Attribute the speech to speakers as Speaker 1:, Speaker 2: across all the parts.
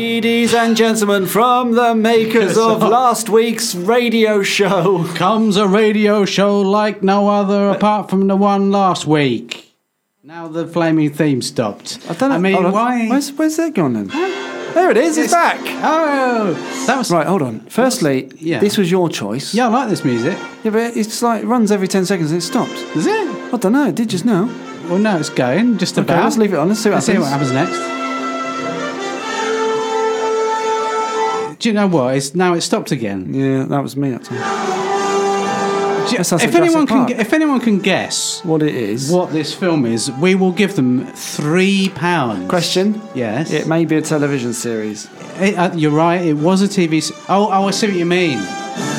Speaker 1: and gentlemen, from the makers of last week's radio show,
Speaker 2: Comes a radio show like no other apart from the one last week. Now the flaming theme stopped.
Speaker 1: I don't know.
Speaker 2: I mean,
Speaker 1: hold on.
Speaker 2: why?
Speaker 1: Where's, where's that gone then? There it is. It's back.
Speaker 2: Oh, that was
Speaker 1: Right, hold on. Firstly,
Speaker 2: Yeah.
Speaker 1: this was your choice.
Speaker 2: Yeah, I like this music.
Speaker 1: Yeah, but it's like it runs every ten seconds and it stops.
Speaker 2: Is it?
Speaker 1: I don't know. It did just now.
Speaker 2: Well, no, it's going just
Speaker 1: Okay,
Speaker 2: about.
Speaker 1: let's leave it on. Let's see what
Speaker 2: Let's see
Speaker 1: happens.
Speaker 2: what happens next. Do you know what? It's now it stopped again.
Speaker 1: Yeah, that was me that time.
Speaker 2: Do you-
Speaker 1: That sounds
Speaker 2: if
Speaker 1: like
Speaker 2: anyone
Speaker 1: Jurassic
Speaker 2: can,
Speaker 1: Park.
Speaker 2: gu- if anyone can guess
Speaker 1: What it is?
Speaker 2: what this film is, we will give them three pounds.
Speaker 1: question?
Speaker 2: Yes.
Speaker 1: It may be a television series.
Speaker 2: It- uh, you're right. It was a TV. Se- oh, oh, I see what you mean.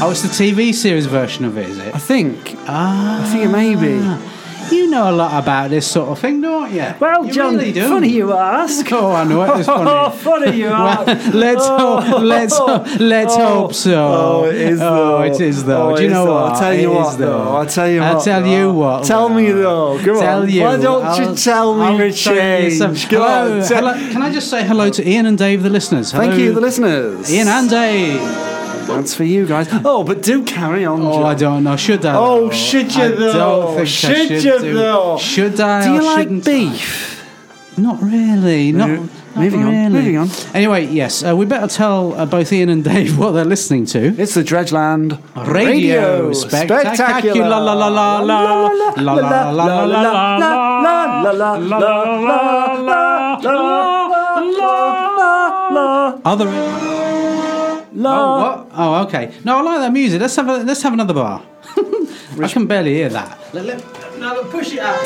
Speaker 2: Oh, it's the TV series version of it, is it?
Speaker 1: I think.
Speaker 2: Ah,
Speaker 1: I think it may be.
Speaker 2: You know a lot about this sort of thing, don't you? you really do.
Speaker 1: you ask.
Speaker 2: Oh, I know it was
Speaker 1: Oh,
Speaker 2: funny.
Speaker 1: funny you are.
Speaker 2: let's hope, let's hope, let's hope so.
Speaker 1: Oh, it is though.
Speaker 2: Oh, it is though.
Speaker 1: Oh,
Speaker 2: Do you
Speaker 1: it is
Speaker 2: know
Speaker 1: though.
Speaker 2: what?
Speaker 1: I'll tell
Speaker 2: It
Speaker 1: you
Speaker 2: is
Speaker 1: what, though. I'll tell you
Speaker 2: I'll
Speaker 1: what,
Speaker 2: tell
Speaker 1: though.
Speaker 2: you what.
Speaker 1: Tell me, though. Come
Speaker 2: tell
Speaker 1: on.
Speaker 2: You.
Speaker 1: Why don't you
Speaker 2: I'll-
Speaker 1: tell me,
Speaker 2: I'll tell you
Speaker 1: Richie?
Speaker 2: something.
Speaker 1: Come on,
Speaker 2: Hello,
Speaker 1: tell-
Speaker 2: hello. Can I just say hello to Ian and Dave, the listeners? Hello,
Speaker 1: Thank you, the listeners.
Speaker 2: Ian and Dave.
Speaker 1: That's for you guys. Oh, but do carry on.
Speaker 2: Oh,
Speaker 1: John.
Speaker 2: I don't know. Should I?
Speaker 1: Oh,
Speaker 2: though?
Speaker 1: should you
Speaker 2: I
Speaker 1: though?
Speaker 2: Don't think I
Speaker 1: Should
Speaker 2: should
Speaker 1: you
Speaker 2: do.
Speaker 1: though?
Speaker 2: Should I?
Speaker 1: Do
Speaker 2: or
Speaker 1: you like
Speaker 2: shouldn't
Speaker 1: beef?
Speaker 2: I? Not really. Not.
Speaker 1: No.
Speaker 2: not
Speaker 1: Moving on,
Speaker 2: really.
Speaker 1: moving on.
Speaker 2: Anyway, yes, uh, we better tell uh, both Ian and Dave what they're listening to.
Speaker 1: It's the Dredgeland
Speaker 2: Radio spectacular.
Speaker 1: La la la la la la la la la la la la la la la
Speaker 2: Other. Oh,
Speaker 1: la
Speaker 2: what? Oh, okay. No, I like that music. Let's have a, let's have another bar. I can barely hear that. Let- let- no, look, push it up.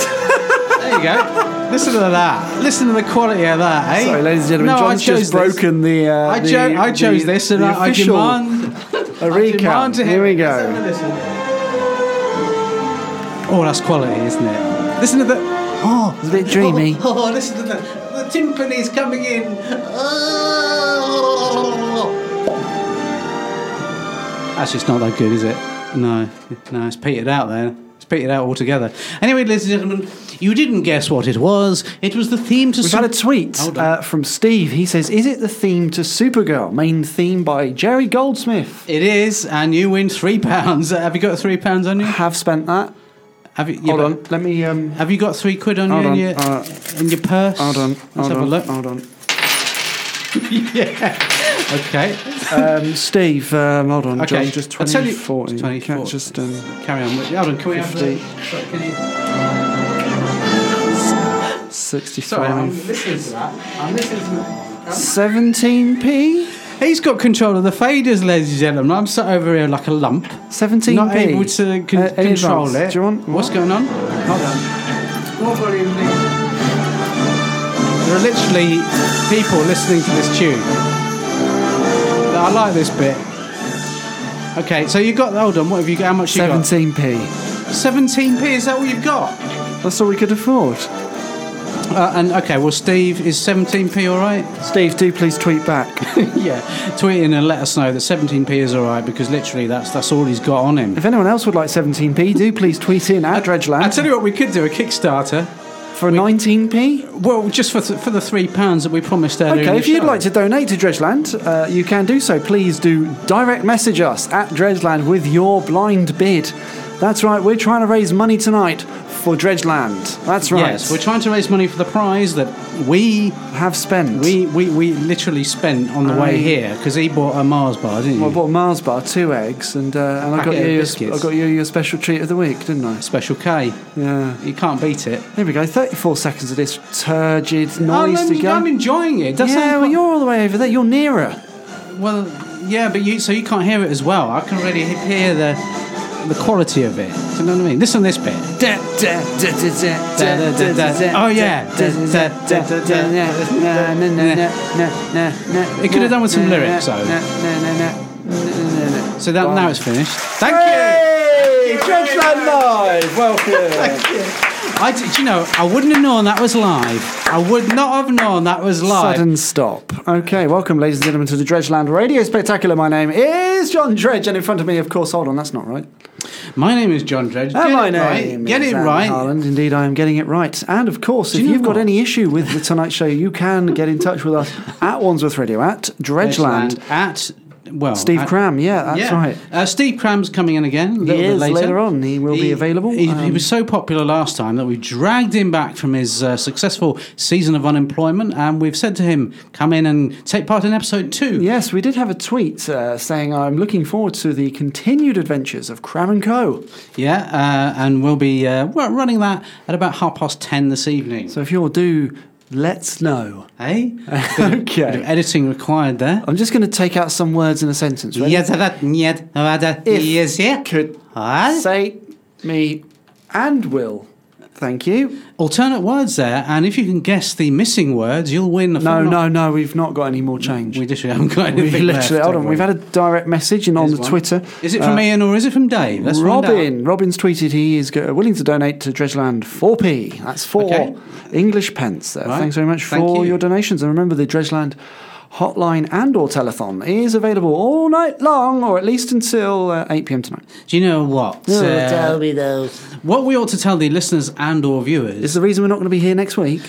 Speaker 2: there you go. Listen to that. Listen to the quality of that. Eh?
Speaker 1: Sorry, ladies and gentlemen,
Speaker 2: No, I
Speaker 1: John's
Speaker 2: chose
Speaker 1: just
Speaker 2: this.
Speaker 1: broken the. Uh,
Speaker 2: I,
Speaker 1: the-
Speaker 2: cho- I chose
Speaker 1: the-
Speaker 2: this, and
Speaker 1: the
Speaker 2: I, I
Speaker 1: official-
Speaker 2: demand
Speaker 1: a
Speaker 2: I demand
Speaker 1: recount.
Speaker 2: to hear
Speaker 1: Here we
Speaker 2: it.
Speaker 1: go.
Speaker 2: Let's have a listen. Oh, that's quality, isn't it? Listen to the. Oh,
Speaker 1: It's a bit dreamy.
Speaker 2: Oh, oh, listen to the the timpani's coming in. Oh. That's just not that good, is it? No, no, it's petered out there. It's petered out altogether. Anyway, ladies and gentlemen, you didn't guess what it was. It was the theme to.
Speaker 1: We've
Speaker 2: Su-
Speaker 1: had a tweet
Speaker 2: Hold on.
Speaker 1: uh, from Steve. He says, "Is it the theme to Supergirl? Main theme by Jerry Goldsmith."
Speaker 2: it is, and you win three pounds. Have you got three pounds on you?
Speaker 1: Have spent that.
Speaker 2: Have you? yeah,
Speaker 1: Hold
Speaker 2: but-
Speaker 1: on, let me. Um,
Speaker 2: Have you got three quid on,
Speaker 1: Hold
Speaker 2: you
Speaker 1: on,
Speaker 2: in your
Speaker 1: uh,
Speaker 2: in your purse?
Speaker 1: hold on,
Speaker 2: Let's
Speaker 1: hold
Speaker 2: have
Speaker 1: on, Oh.
Speaker 2: a look.
Speaker 1: hold on.
Speaker 2: Okay,
Speaker 1: Um, Steve, um, hold on.
Speaker 2: Okay,
Speaker 1: John, just
Speaker 2: I'll tell
Speaker 1: 20,
Speaker 2: you-
Speaker 1: 40.
Speaker 2: 20,
Speaker 1: Can't
Speaker 2: 40.
Speaker 1: Just, um,
Speaker 2: carry on. with- Hold on, can we have the?
Speaker 1: 50.
Speaker 2: Sorry, can you-
Speaker 1: 65.
Speaker 2: Sorry, I'm listening to that. I'm listening to that.
Speaker 1: 17p?
Speaker 2: He's got control of the faders, ladies and gentlemen. I'm sat over here like a lump,
Speaker 1: 17p.
Speaker 2: not able to con-
Speaker 1: Uh, any
Speaker 2: control
Speaker 1: advance?
Speaker 2: it.
Speaker 1: Do you want?
Speaker 2: What's
Speaker 1: what?
Speaker 2: going on? Hold on. More volume, please. There are literally people listening to this tune. I like this bit. Okay, so you got hold on. What have you got? How much you got?
Speaker 1: 17p.
Speaker 2: 17p, is that all you've got?
Speaker 1: That's all we could afford.
Speaker 2: Uh, and okay, well, Steve, is 17p all right?
Speaker 1: Steve, do please tweet back.
Speaker 2: yeah, tweet in and let us know that 17p is all right because literally that's that's all he's got on him.
Speaker 1: if anyone else would like 17p, do please tweet in at
Speaker 2: I
Speaker 1: Dredgeland
Speaker 2: tell you what, we could do a Kickstarter.
Speaker 1: for 19p.
Speaker 2: Well, just for th- for the three pounds that we promised earlier. in
Speaker 1: Okay,
Speaker 2: the
Speaker 1: if you'd
Speaker 2: show.
Speaker 1: like to donate to Dredgeland, uh, you can do so. Please do direct message us at Dredgeland with your blind bid. That's right, we're trying to raise money tonight for Dredgeland. That's right.
Speaker 2: Yes, we're trying to raise money for the prize that we
Speaker 1: have spent.
Speaker 2: we we, we literally spent on the
Speaker 1: I-
Speaker 2: way here because he bought a Mars bar, didn't you?
Speaker 1: I bought a Mars bar, two eggs, and, uh, and I, got
Speaker 2: Packet of
Speaker 1: you,
Speaker 2: biscuits.
Speaker 1: I got you your special treat of the week, didn't I?
Speaker 2: Special K.
Speaker 1: Yeah.
Speaker 2: You can't beat it. Oh,
Speaker 1: Here we go. 34 seconds of this turgid noise
Speaker 2: I'm,
Speaker 1: to go.
Speaker 2: I'm enjoying it. That's
Speaker 1: yeah, well, you're all the way over there. You're nearer.
Speaker 2: Well, yeah, but you so you can't hear it as well. I can really he- hear the the quality of it. Do you know what I mean? Listen to this bit.
Speaker 1: Oh,
Speaker 2: yeah.
Speaker 1: It
Speaker 2: It could have done with some lyrics, though. So that now it's finished. Thank
Speaker 1: Hey! Dredgeland Live! Welcome!
Speaker 2: you. I d- do you know I wouldn't have known that was live. I would not have known that was live.
Speaker 1: Sudden stop. up. Okay, welcome, ladies and gentlemen, to the Dredgeland Radio Spectacular. My name is John Dredge, and in front of me, of course, hold on, that's not right.
Speaker 2: My name is John Dredge.
Speaker 1: And
Speaker 2: Get
Speaker 1: Uh, my
Speaker 2: it right.
Speaker 1: name
Speaker 2: Get
Speaker 1: is
Speaker 2: it
Speaker 1: Andy
Speaker 2: right.
Speaker 1: Harland. Indeed, I am getting it right. And of course, if
Speaker 2: you know
Speaker 1: you've got
Speaker 2: what?
Speaker 1: any issue with the Tonight Show, you can get in touch with us at Wandsworth Radio at Dredgeland.
Speaker 2: Dredgeland at well
Speaker 1: Steve
Speaker 2: at-
Speaker 1: Cram, yeah, that's
Speaker 2: Oh, yeah.
Speaker 1: right.
Speaker 2: Uh, Steve Cram's coming in again a little
Speaker 1: He
Speaker 2: bit
Speaker 1: is
Speaker 2: later.
Speaker 1: later on. He will be available.
Speaker 2: He, he
Speaker 1: Um,
Speaker 2: was so popular last time that we dragged him back from his uh, successful season of unemployment, and we've said to him, "Come in and take part in episode two.
Speaker 1: Yes, we did have a tweet uh, saying I'm looking forward to the continued adventures of Cram and Co.
Speaker 2: Yeah, uh, and we'll be uh, we're running that at about half past ten this evening.
Speaker 1: So if you're due, let's know.
Speaker 2: hey,
Speaker 1: okay.
Speaker 2: editing required there.
Speaker 1: I'm just going to take out some words in a sentence. Ready?
Speaker 2: Yes, that- yes, that-
Speaker 1: If
Speaker 2: yes, yeah.
Speaker 1: Could
Speaker 2: Aye.
Speaker 1: say me and will. Thank you.
Speaker 2: Alternate words there, and if you can guess the missing words, you'll win. a
Speaker 1: No,
Speaker 2: full-
Speaker 1: no, no. We've not got any more change.
Speaker 2: We literally haven't got
Speaker 1: We
Speaker 2: anything left,
Speaker 1: literally. Hold
Speaker 2: have
Speaker 1: on.
Speaker 2: we?
Speaker 1: We've had a direct message and on
Speaker 2: Here's
Speaker 1: the
Speaker 2: one.
Speaker 1: Twitter.
Speaker 2: Is it from
Speaker 1: uh,
Speaker 2: Ian or is it from Dave? Let's find out.
Speaker 1: Robin. Robin's tweeted he is go- willing to donate to Dredgeland 4p. That's four
Speaker 2: Okay.
Speaker 1: English pence. There.
Speaker 2: Right.
Speaker 1: Thanks very much
Speaker 2: Thank
Speaker 1: for
Speaker 2: you.
Speaker 1: your donations. And remember, the Dredgeland hotline and or telethon is available all night long, or at least until uh, 8 p.m. tonight.
Speaker 2: Do you know what? Uh,
Speaker 1: me those.
Speaker 2: what we ought to tell the listeners and or viewers.
Speaker 1: Is the reason we're not going to be here next week?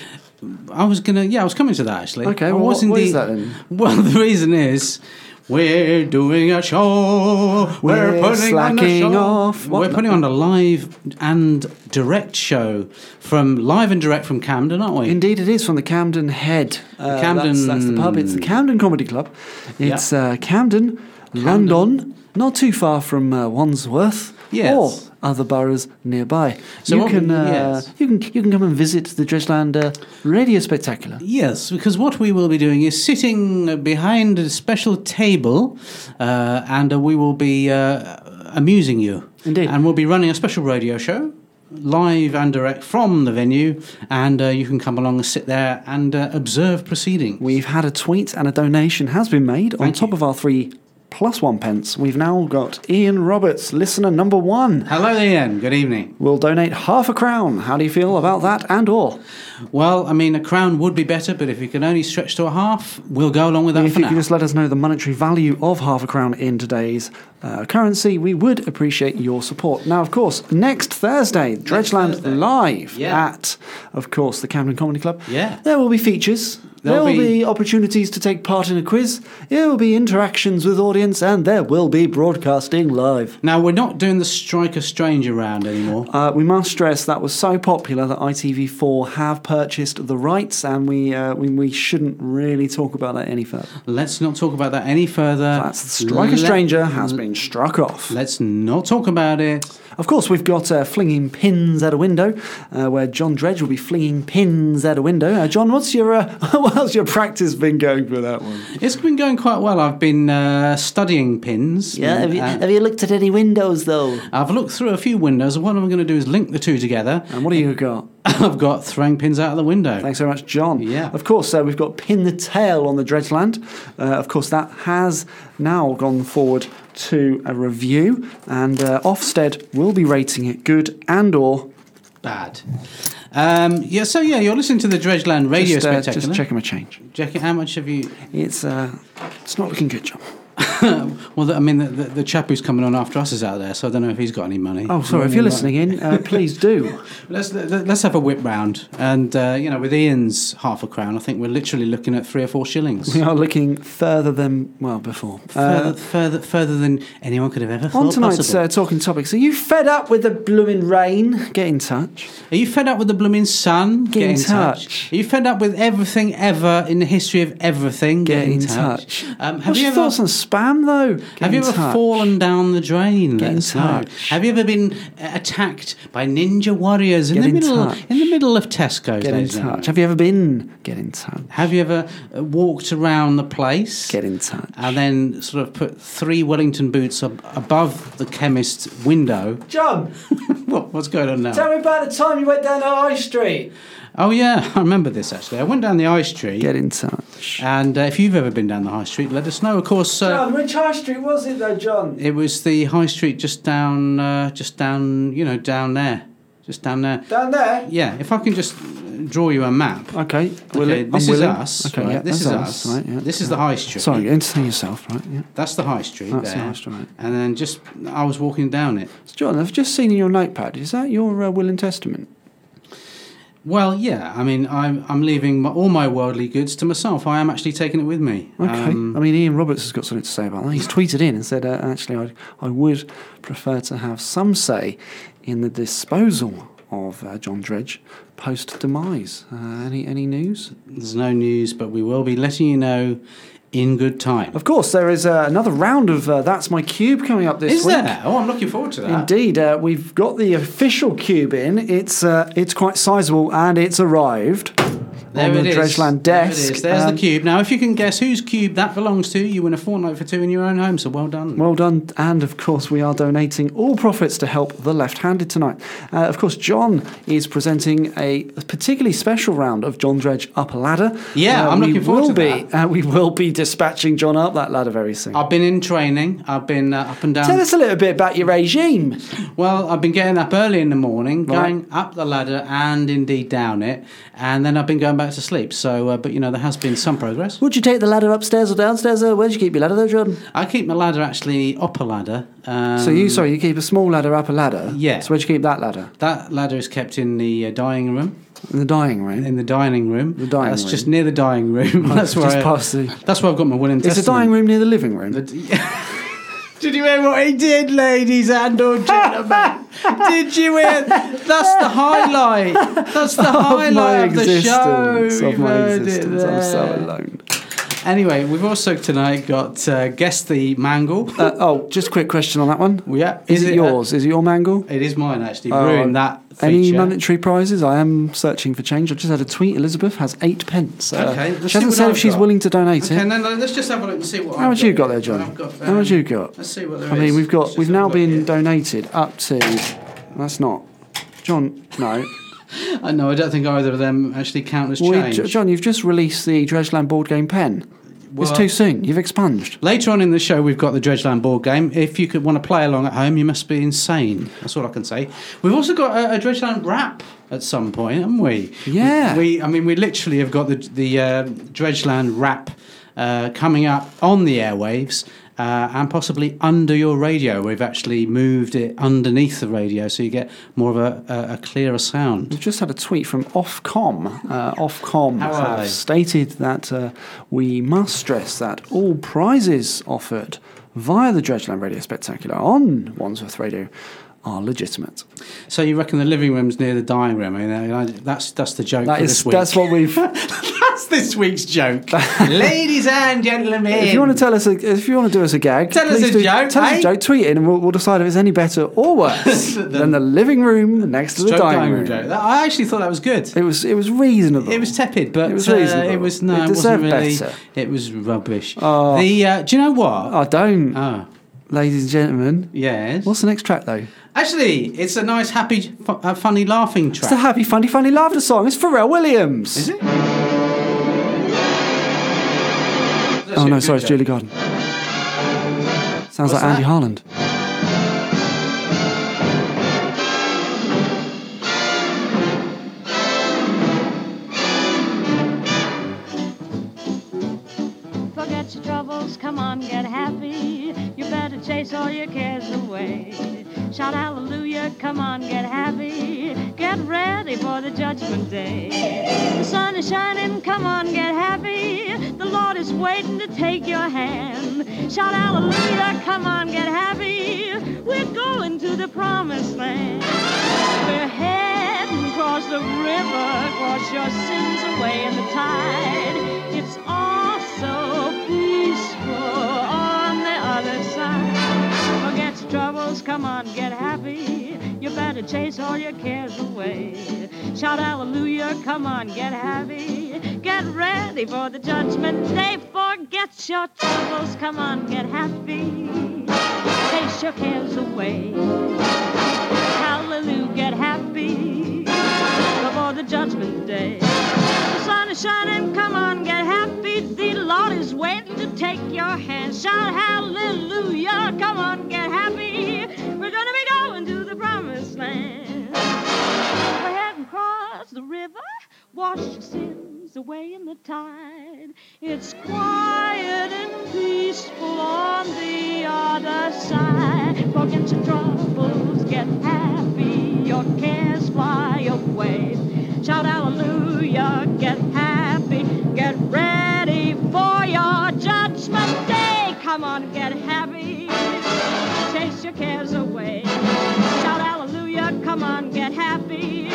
Speaker 2: I was gonna. Yeah, I was coming to that actually.
Speaker 1: Okay,
Speaker 2: I
Speaker 1: well,
Speaker 2: was
Speaker 1: what- what
Speaker 2: indeed-
Speaker 1: is that then?
Speaker 2: Well, the reason is. We're doing a show.
Speaker 1: We're
Speaker 2: putting
Speaker 1: slacking
Speaker 2: on a show.
Speaker 1: off. What
Speaker 2: We're
Speaker 1: the-
Speaker 2: putting on a live and direct show from live and direct from Camden, aren't we?
Speaker 1: Indeed, it is from the Camden Head. Uh, that's, that's the pub. It's the Camden Comedy Club. It's uh, Camden, London, not too far from uh, Wandsworth
Speaker 2: Yes.
Speaker 1: or other boroughs nearby.
Speaker 2: So
Speaker 1: you
Speaker 2: what
Speaker 1: can
Speaker 2: we-
Speaker 1: uh,
Speaker 2: yes.
Speaker 1: you can you can come and visit the Dredgeland uh, Radio Spectacular.
Speaker 2: Yes, because what we will be doing is sitting behind a special table, uh, and uh, we will be uh, amusing you.
Speaker 1: Indeed.
Speaker 2: And we'll be running a special radio show, live and direct from the venue, and uh, you can come along and sit there and uh, observe proceedings.
Speaker 1: We've had a tweet and a donation has been made on
Speaker 2: Thank
Speaker 1: top
Speaker 2: you.
Speaker 1: of our three plus one pence. We've now got Ian Roberts, listener number one.
Speaker 2: Hello, Ian. Good evening.
Speaker 1: Will donate half a crown. How do you feel about that and all?
Speaker 2: Well, I mean, a crown would be better, but if you can only stretch to a half, we'll go along with that
Speaker 1: If
Speaker 2: for
Speaker 1: you
Speaker 2: now.
Speaker 1: could just let us know the monetary value of half a crown in today's uh, currency, we would appreciate your support. Now, of course, next Thursday, Dredgeland
Speaker 2: Thursday.
Speaker 1: Live
Speaker 2: Yeah.
Speaker 1: at, of course, the Camden Comedy Club.
Speaker 2: Yeah.
Speaker 1: There will be features. There'll
Speaker 2: There'll
Speaker 1: there will be,
Speaker 2: be-
Speaker 1: opportunities to take part in a quiz. There will be interactions with audience, and there will be broadcasting live.
Speaker 2: Now, we're not doing the strike a stranger round anymore.
Speaker 1: Uh, we must stress that was so popular that ITV4 have purchased the rights, and we uh, we, we shouldn't really talk about that any further.
Speaker 2: Let's not talk about that any further.
Speaker 1: That's Strike a
Speaker 2: Let-
Speaker 1: Stranger has been struck off.
Speaker 2: Let's not talk about it.
Speaker 1: Of course, we've got uh, Flinging Pins at a Window, uh, where John Dredge will be flinging pins at a window. Uh, John, what's your uh, how's your practice been going for that one?
Speaker 2: It's been going quite well. I've been uh, studying pins. Uh,
Speaker 1: you looked at any windows, though?
Speaker 2: I've looked through a few windows. What I'm going to do is link the two together.
Speaker 1: And what have you got?
Speaker 2: I've got throwing pins out of the window.
Speaker 1: Thanks very much, John.
Speaker 2: Yeah.
Speaker 1: Of course, uh, we've got Pin the Tail on the Dredgeland. Uh, of course, that has now gone forward to a review, and uh, Ofsted will be rating it good and or
Speaker 2: Bad. Um, yeah. So yeah, you're listening to the Dredgeland Radio
Speaker 1: just, uh,
Speaker 2: Spectacular.
Speaker 1: just checking my change.
Speaker 2: Jackie, how much have you?
Speaker 1: It's uh, it's not looking good, John.
Speaker 2: Well, the, I mean, the, the, the chap who's coming on after us is out there, so I don't know if he's got any money.
Speaker 1: Oh, sorry. If you're listening in, uh, please do.
Speaker 2: Let's let- let's have a whip round, and uh, you know, with Ian's half a crown, I think we're literally looking at three or four shillings.
Speaker 1: We are looking further than well before.
Speaker 2: further,
Speaker 1: Uh,
Speaker 2: further, further than anyone could have ever
Speaker 1: on
Speaker 2: thought
Speaker 1: tonight's
Speaker 2: possible.
Speaker 1: uh, talking topics, are you fed up with the blooming rain? Get in touch.
Speaker 2: Are you fed up with the blooming sun?
Speaker 1: uh, Get in touch.
Speaker 2: Are you fed up with everything ever in the history of everything?
Speaker 1: Get in touch.
Speaker 2: Um, have
Speaker 1: What's
Speaker 2: you
Speaker 1: your
Speaker 2: ever?
Speaker 1: thoughts on spam though? Get
Speaker 2: have you
Speaker 1: in
Speaker 2: ever
Speaker 1: touch.
Speaker 2: fallen down the drain?
Speaker 1: Get
Speaker 2: Let
Speaker 1: in
Speaker 2: us know.
Speaker 1: touch.
Speaker 2: Have you ever been uh, attacked by ninja warriors in
Speaker 1: Get
Speaker 2: the
Speaker 1: in
Speaker 2: middle
Speaker 1: touch.
Speaker 2: in the middle of Tesco's?
Speaker 1: Get in
Speaker 2: ladies and
Speaker 1: touch.
Speaker 2: gentlemen?
Speaker 1: Have you ever been? Get in touch.
Speaker 2: Have you ever uh, walked around the place?
Speaker 1: Get in touch.
Speaker 2: and then sort of put three Wellington boots up above the chemist's window.
Speaker 1: John,
Speaker 2: what, what's going on now?
Speaker 1: me about the time you went down to High Street.
Speaker 2: Oh yeah, I remember this actually. I went down the high street,
Speaker 1: Get in touch.
Speaker 2: and uh, if you've ever been down the high street, let us know. Of course, uh,
Speaker 1: which High Street was it though, John?
Speaker 2: it was the high street just down, uh, just down, you know, down there. just down there.
Speaker 1: Down there?
Speaker 2: Yeah, if I can just draw you a map.
Speaker 1: Okay.
Speaker 2: Okay,
Speaker 1: willi-
Speaker 2: this
Speaker 1: I'm
Speaker 2: is
Speaker 1: willing.
Speaker 2: us.
Speaker 1: Okay,
Speaker 2: right,
Speaker 1: yeah,
Speaker 2: this is
Speaker 1: that's
Speaker 2: us.
Speaker 1: right, yeah.
Speaker 2: This is the high street.
Speaker 1: Sorry, entertain yourself, right? Yeah.
Speaker 2: That's the high street
Speaker 1: That's the
Speaker 2: there.
Speaker 1: high street, right.
Speaker 2: And then just I was walking down it.
Speaker 1: So, John, I've just seen in your notepad, is that your uh, will and testament?
Speaker 2: Well, yeah. I mean, I'm I'm leaving my, all my worldly goods to myself. I am actually taking it with me.
Speaker 1: Okay.
Speaker 2: Um,
Speaker 1: I mean, Ian Roberts has got something to say about that. He's tweeted in and said, uh, actually, I, I would prefer to have some say in the disposal of uh, John Dredge post demise. Uh, any, any news?
Speaker 2: there's no news, but we will be letting you know in good time.
Speaker 1: Of course, there is uh, another round of uh, That's My Cube coming up this
Speaker 2: Is
Speaker 1: week.
Speaker 2: there? Oh, I'm looking forward to that.
Speaker 1: Indeed, uh, we've got the official cube in. It's uh, it's quite sizable and it's arrived
Speaker 2: There
Speaker 1: on the
Speaker 2: it is.
Speaker 1: Dredgeland
Speaker 2: There it
Speaker 1: desk.
Speaker 2: is. There's
Speaker 1: Um,
Speaker 2: the cube. Now, if you can guess whose cube that belongs to, you win a fortnight for two in your own home. So well done.
Speaker 1: Well done. And of course, we are donating all profits to help the left handed tonight. Uh, of course, John is presenting a particularly special round of John Dredge Up a Ladder.
Speaker 2: Yeah, I'm
Speaker 1: we
Speaker 2: looking forward
Speaker 1: will
Speaker 2: to
Speaker 1: be, Uh, we will be dispatching John up that ladder very soon.
Speaker 2: I've been in training. I've been uh, up and down.
Speaker 1: Tell us a little bit about your regime.
Speaker 2: Well, I've been getting up early in the morning,
Speaker 1: Right.
Speaker 2: going up the ladder and indeed down it, and then I've been going back to sleep. So, uh, but you know, there has been some progress.
Speaker 1: Would you take the ladder upstairs or downstairs? Or where do you keep your ladder, though, John?
Speaker 2: I keep my ladder actually up a ladder. Um,
Speaker 1: so you, sorry, you keep a small ladder up a ladder.
Speaker 2: Yeah.
Speaker 1: So where do you keep that ladder?
Speaker 2: That ladder is kept in the uh, dining room.
Speaker 1: In the dining room.
Speaker 2: In the dining room.
Speaker 1: The dining
Speaker 2: That's
Speaker 1: room.
Speaker 2: just near the dining room. that's
Speaker 1: Just
Speaker 2: where. I,
Speaker 1: past the-
Speaker 2: That's where I've got my will and
Speaker 1: Is the
Speaker 2: testament.
Speaker 1: dining room near the living room?
Speaker 2: Did you hear what he did, ladies and or gentlemen? did you hear? That's the highlight. That's the
Speaker 1: of my
Speaker 2: highlight of the show.
Speaker 1: existence. Of
Speaker 2: You've
Speaker 1: my
Speaker 2: heard it
Speaker 1: existence. I'm so
Speaker 2: there.
Speaker 1: alone.
Speaker 2: Anyway, we've also tonight got uh, guess the mangle.
Speaker 1: Uh, oh, just a quick question on that one.
Speaker 2: yeah,
Speaker 1: Is,
Speaker 2: uh,
Speaker 1: it yours? is it your mangle?
Speaker 2: it is mine actually.
Speaker 1: Oh,
Speaker 2: Ruined that
Speaker 1: Any
Speaker 2: feature.
Speaker 1: monetary prizes? I am searching for change. I've just had a tweet. Elizabeth has eight pence. Uh,
Speaker 2: Okay, let's
Speaker 1: she
Speaker 2: see
Speaker 1: hasn't
Speaker 2: what
Speaker 1: said
Speaker 2: I've
Speaker 1: if she's
Speaker 2: got.
Speaker 1: willing to donate
Speaker 2: Okay,
Speaker 1: it.
Speaker 2: no, no, let's just have a look and see what.
Speaker 1: How
Speaker 2: I've
Speaker 1: much you got there,
Speaker 2: here.
Speaker 1: John?
Speaker 2: I've got,
Speaker 1: How much
Speaker 2: um,
Speaker 1: you got?
Speaker 2: Let's see what there
Speaker 1: I mean,
Speaker 2: is.
Speaker 1: we've got
Speaker 2: Let's
Speaker 1: we've
Speaker 2: just have a
Speaker 1: now
Speaker 2: look
Speaker 1: been
Speaker 2: here.
Speaker 1: donated up to. That's not. John, no.
Speaker 2: I know. I don't think either of them actually count as
Speaker 1: Well, you-
Speaker 2: change.
Speaker 1: Jo- John, you've just released the Dredgeland board game pen. it's
Speaker 2: Well- uh,
Speaker 1: too soon. You've expunged.
Speaker 2: Later on in the show, we've got the Dredgeland board game. If you could want to play along at home, you must be insane. That's all I can say. We've also got a, a Dredgeland wrap at some point, haven't we?
Speaker 1: Yeah.
Speaker 2: We, I mean, we literally have got the the uh, Dredgeland wrap uh, coming up on the airwaves. Uh, and possibly under your radio. We've actually moved it underneath the radio so you get more of a, a, a clearer sound.
Speaker 1: We've just had a tweet from Ofcom. Uh, Ofcom
Speaker 2: How are
Speaker 1: have
Speaker 2: they?
Speaker 1: stated that uh, we must stress that all prizes offered via the Dredgeland Radio Spectacular on Wandsworth Radio are legitimate.
Speaker 2: So you reckon the living room's near the dining room? I mean, I- I- that's, that's the joke
Speaker 1: That
Speaker 2: for
Speaker 1: is
Speaker 2: this week.
Speaker 1: that's what we've.
Speaker 2: That's this week's joke. Ladies and gentlemen.
Speaker 1: if you want to tell us, a, if you want to do us a gag,
Speaker 2: Tell us
Speaker 1: please
Speaker 2: a
Speaker 1: do-
Speaker 2: joke,
Speaker 1: Tell us
Speaker 2: eh?
Speaker 1: a joke. Tweet it, and we'll, we'll decide if it's any better or worse than the living room next to the dining room.
Speaker 2: joke. That- I actually thought that was good.
Speaker 1: It was it was reasonable.
Speaker 2: It was tepid, but
Speaker 1: It was
Speaker 2: uh,
Speaker 1: reasonable.
Speaker 2: it was no,
Speaker 1: It
Speaker 2: it,
Speaker 1: deserved
Speaker 2: wasn't really.
Speaker 1: better. Ah.
Speaker 2: It was rubbish.
Speaker 1: Oh.
Speaker 2: The uh, do you know what?
Speaker 1: I don't,
Speaker 2: Oh,
Speaker 1: ladies and gentlemen.
Speaker 2: yes.
Speaker 1: What's the next track though?
Speaker 2: Actually, it's a nice, happy, fu- uh, funny, laughing
Speaker 1: It's the
Speaker 2: track.
Speaker 1: happy, funny, funny laughter song. It's Pharrell Williams.
Speaker 2: Is it?
Speaker 1: Oh no, sorry, it's Julie Garden.
Speaker 2: What's
Speaker 1: Sounds like Andy
Speaker 2: that?
Speaker 1: Harland.
Speaker 3: Forget your troubles, come on, get happy. You better chase all your cares away. Shout hallelujah, come on, get happy. Get ready for the judgment day. The sun is shining, come on, get happy. The Lord is waiting to take your hand. Shout hallelujah, come on, get happy. We're going to the promised land. We're heading across the river, wash your sins away in the tide. It's all so peaceful on the other side. Forget your troubles, come on, get happy. You better chase all your cares away. Shout hallelujah, come on, get happy. Get ready for the judgment day. Forget your troubles, come on, get happy. Chase your cares away. Hallelujah, get happy before the judgment day. The sun is shining, come on, get happy. The Lord is waiting to take your hand. Shout hallelujah, come on, get happy. We're gonna be going to the promised land. wash your sins away in the tide. It's quiet and peaceful on the other side. Forget your troubles, get happy, your cares fly away. Shout hallelujah, get happy, get ready for your judgment day. Come on, get happy, chase your cares away. Shout hallelujah, come on, get happy,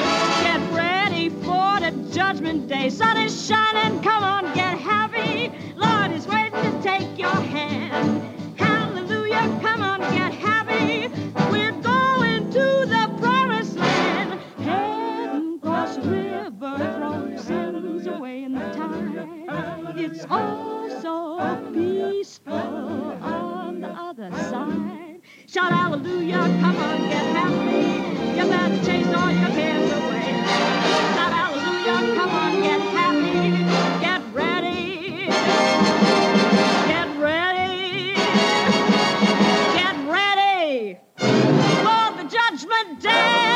Speaker 3: get ready for the judgment day. Sun is shining, come on, get happy. Lord is waiting to take your hand. Hallelujah, come on, get happy. We're going to the promised land. Heading across the river from sins away in the tide. It's all so peaceful on the other side. Shout hallelujah, come on, get happy. You better chase all your cares away. Shout hallelujah, come on, get happy. Get ready. Get ready. Get ready for the judgment day.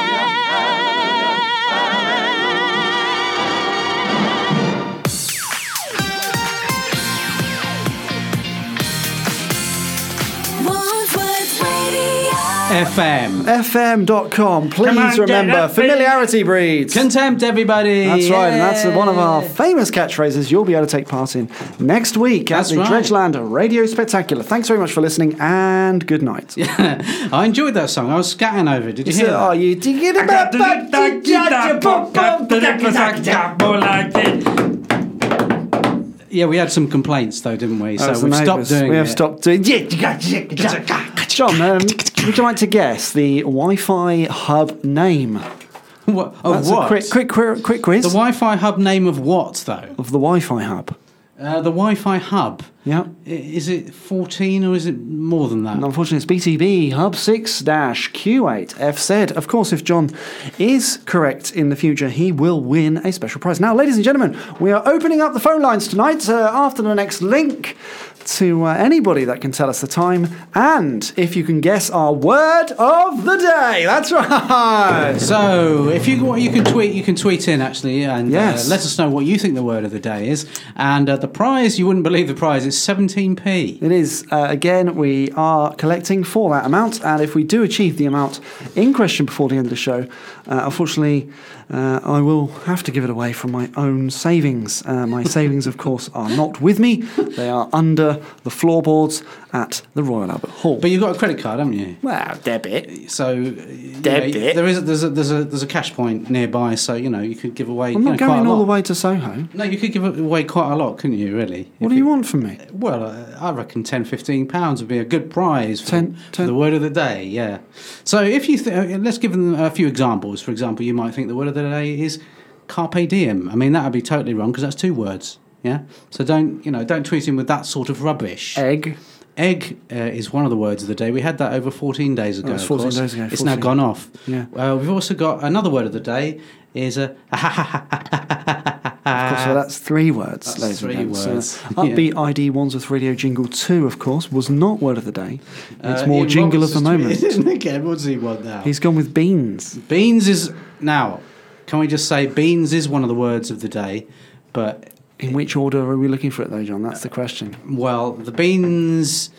Speaker 4: Wandsworth Radio.
Speaker 2: FM.
Speaker 1: FM.com. Please
Speaker 2: Come on, get
Speaker 1: remember,
Speaker 2: up, baby.
Speaker 1: familiarity breeds.
Speaker 2: Contempt, everybody.
Speaker 1: That's right, and that's one of our
Speaker 2: Yeah.
Speaker 1: famous catchphrases you'll be able to take part in next week at
Speaker 2: That's
Speaker 1: the
Speaker 2: right.
Speaker 1: Dredgeland Radio Spectacular. Thanks very much for listening, and good night.
Speaker 2: I enjoyed that song. I was scatting over. it. Did you
Speaker 1: So,
Speaker 2: hear that?
Speaker 1: are you digging about
Speaker 2: Yeah, we had some complaints though, didn't we? Oh, So
Speaker 1: That's the
Speaker 2: we've stopped
Speaker 1: neighbours.
Speaker 2: doing
Speaker 1: We have
Speaker 2: it.
Speaker 1: stopped doing. John, um, would you like to guess the Wi-Fi hub name?
Speaker 2: What, of
Speaker 1: That's
Speaker 2: oh, what?
Speaker 1: a quick, quick, quick, quick quiz
Speaker 2: the Wi-Fi hub name of what though?
Speaker 1: of the Wi-Fi hub.
Speaker 2: Uh, the Wi-Fi hub.
Speaker 1: Yeah.
Speaker 2: I- Is it 14 or is it more than that?
Speaker 1: And unfortunately, it's BTB Hub 6 Q8FZ. Of course, if John is correct in the future, he will win a special prize. Now, ladies and gentlemen, we are opening up the phone lines tonight uh, after the next link to uh, anybody that can tell us the time and if you can guess our word of the day. That's right.
Speaker 2: So, if you want, you can tweet. You can tweet in actually, and
Speaker 1: Yes.
Speaker 2: uh, let us know what you think the word of the day is. And uh, the prize, you wouldn't believe the prize. It's 17p.
Speaker 1: It is. Uh, again, we are collecting for that amount, and if we do achieve the amount in question before the end of the show, uh, unfortunately, uh, I will have to give it away from my own savings. Uh, my savings, of course, are not with me, they are under the floorboards at the Royal Albert Hall.
Speaker 2: But you've got a credit card, haven't you?
Speaker 1: well, debit.
Speaker 2: So, uh, you know,
Speaker 1: Debit.
Speaker 2: there is there's a, there's a there's a cash point nearby. So you know you could give away. you
Speaker 1: I'm not
Speaker 2: know, quite
Speaker 1: going
Speaker 2: a
Speaker 1: all the
Speaker 2: lot.
Speaker 1: way to Soho.
Speaker 2: No, you could give away quite a lot, couldn't you? Really?
Speaker 1: What do you want from me?
Speaker 2: Well, uh, I reckon 10, 15 pounds would be a good prize for,
Speaker 1: 10
Speaker 2: for the word of the day. Yeah. So if you th- uh, let's give them a few examples. For example, you might think the word of the day is carpe diem. I mean, that would be totally wrong because that's two words. Yeah. So don't you know? Don't tweet in with that sort of rubbish.
Speaker 1: Egg.
Speaker 2: Egg uh, is one of the words of the day. We had that over 14 days ago.
Speaker 1: That Oh, was
Speaker 2: of
Speaker 1: 14
Speaker 2: course.
Speaker 1: days ago,
Speaker 2: It's now
Speaker 1: 14.
Speaker 2: gone off.
Speaker 1: Yeah.
Speaker 2: Uh, we've also got another word of the day is uh, a
Speaker 1: Of course, so that's three words.
Speaker 2: uh, That's
Speaker 1: ladies and
Speaker 2: three
Speaker 1: gents. So
Speaker 2: words.
Speaker 1: Upbeat ID Wandsworth Radio Jingle 2, of course, was not word of the day. It's
Speaker 2: uh,
Speaker 1: more
Speaker 2: Ian
Speaker 1: jingle of
Speaker 2: Roberts
Speaker 1: the
Speaker 2: has tweeted in
Speaker 1: moment.
Speaker 2: Again, what's he want now?
Speaker 1: He's gone with beans.
Speaker 2: Beans is now. Can we just say beans is one of the words of the day? But
Speaker 1: In which order are we looking for it, though, John? That's the question.
Speaker 2: well, the beans.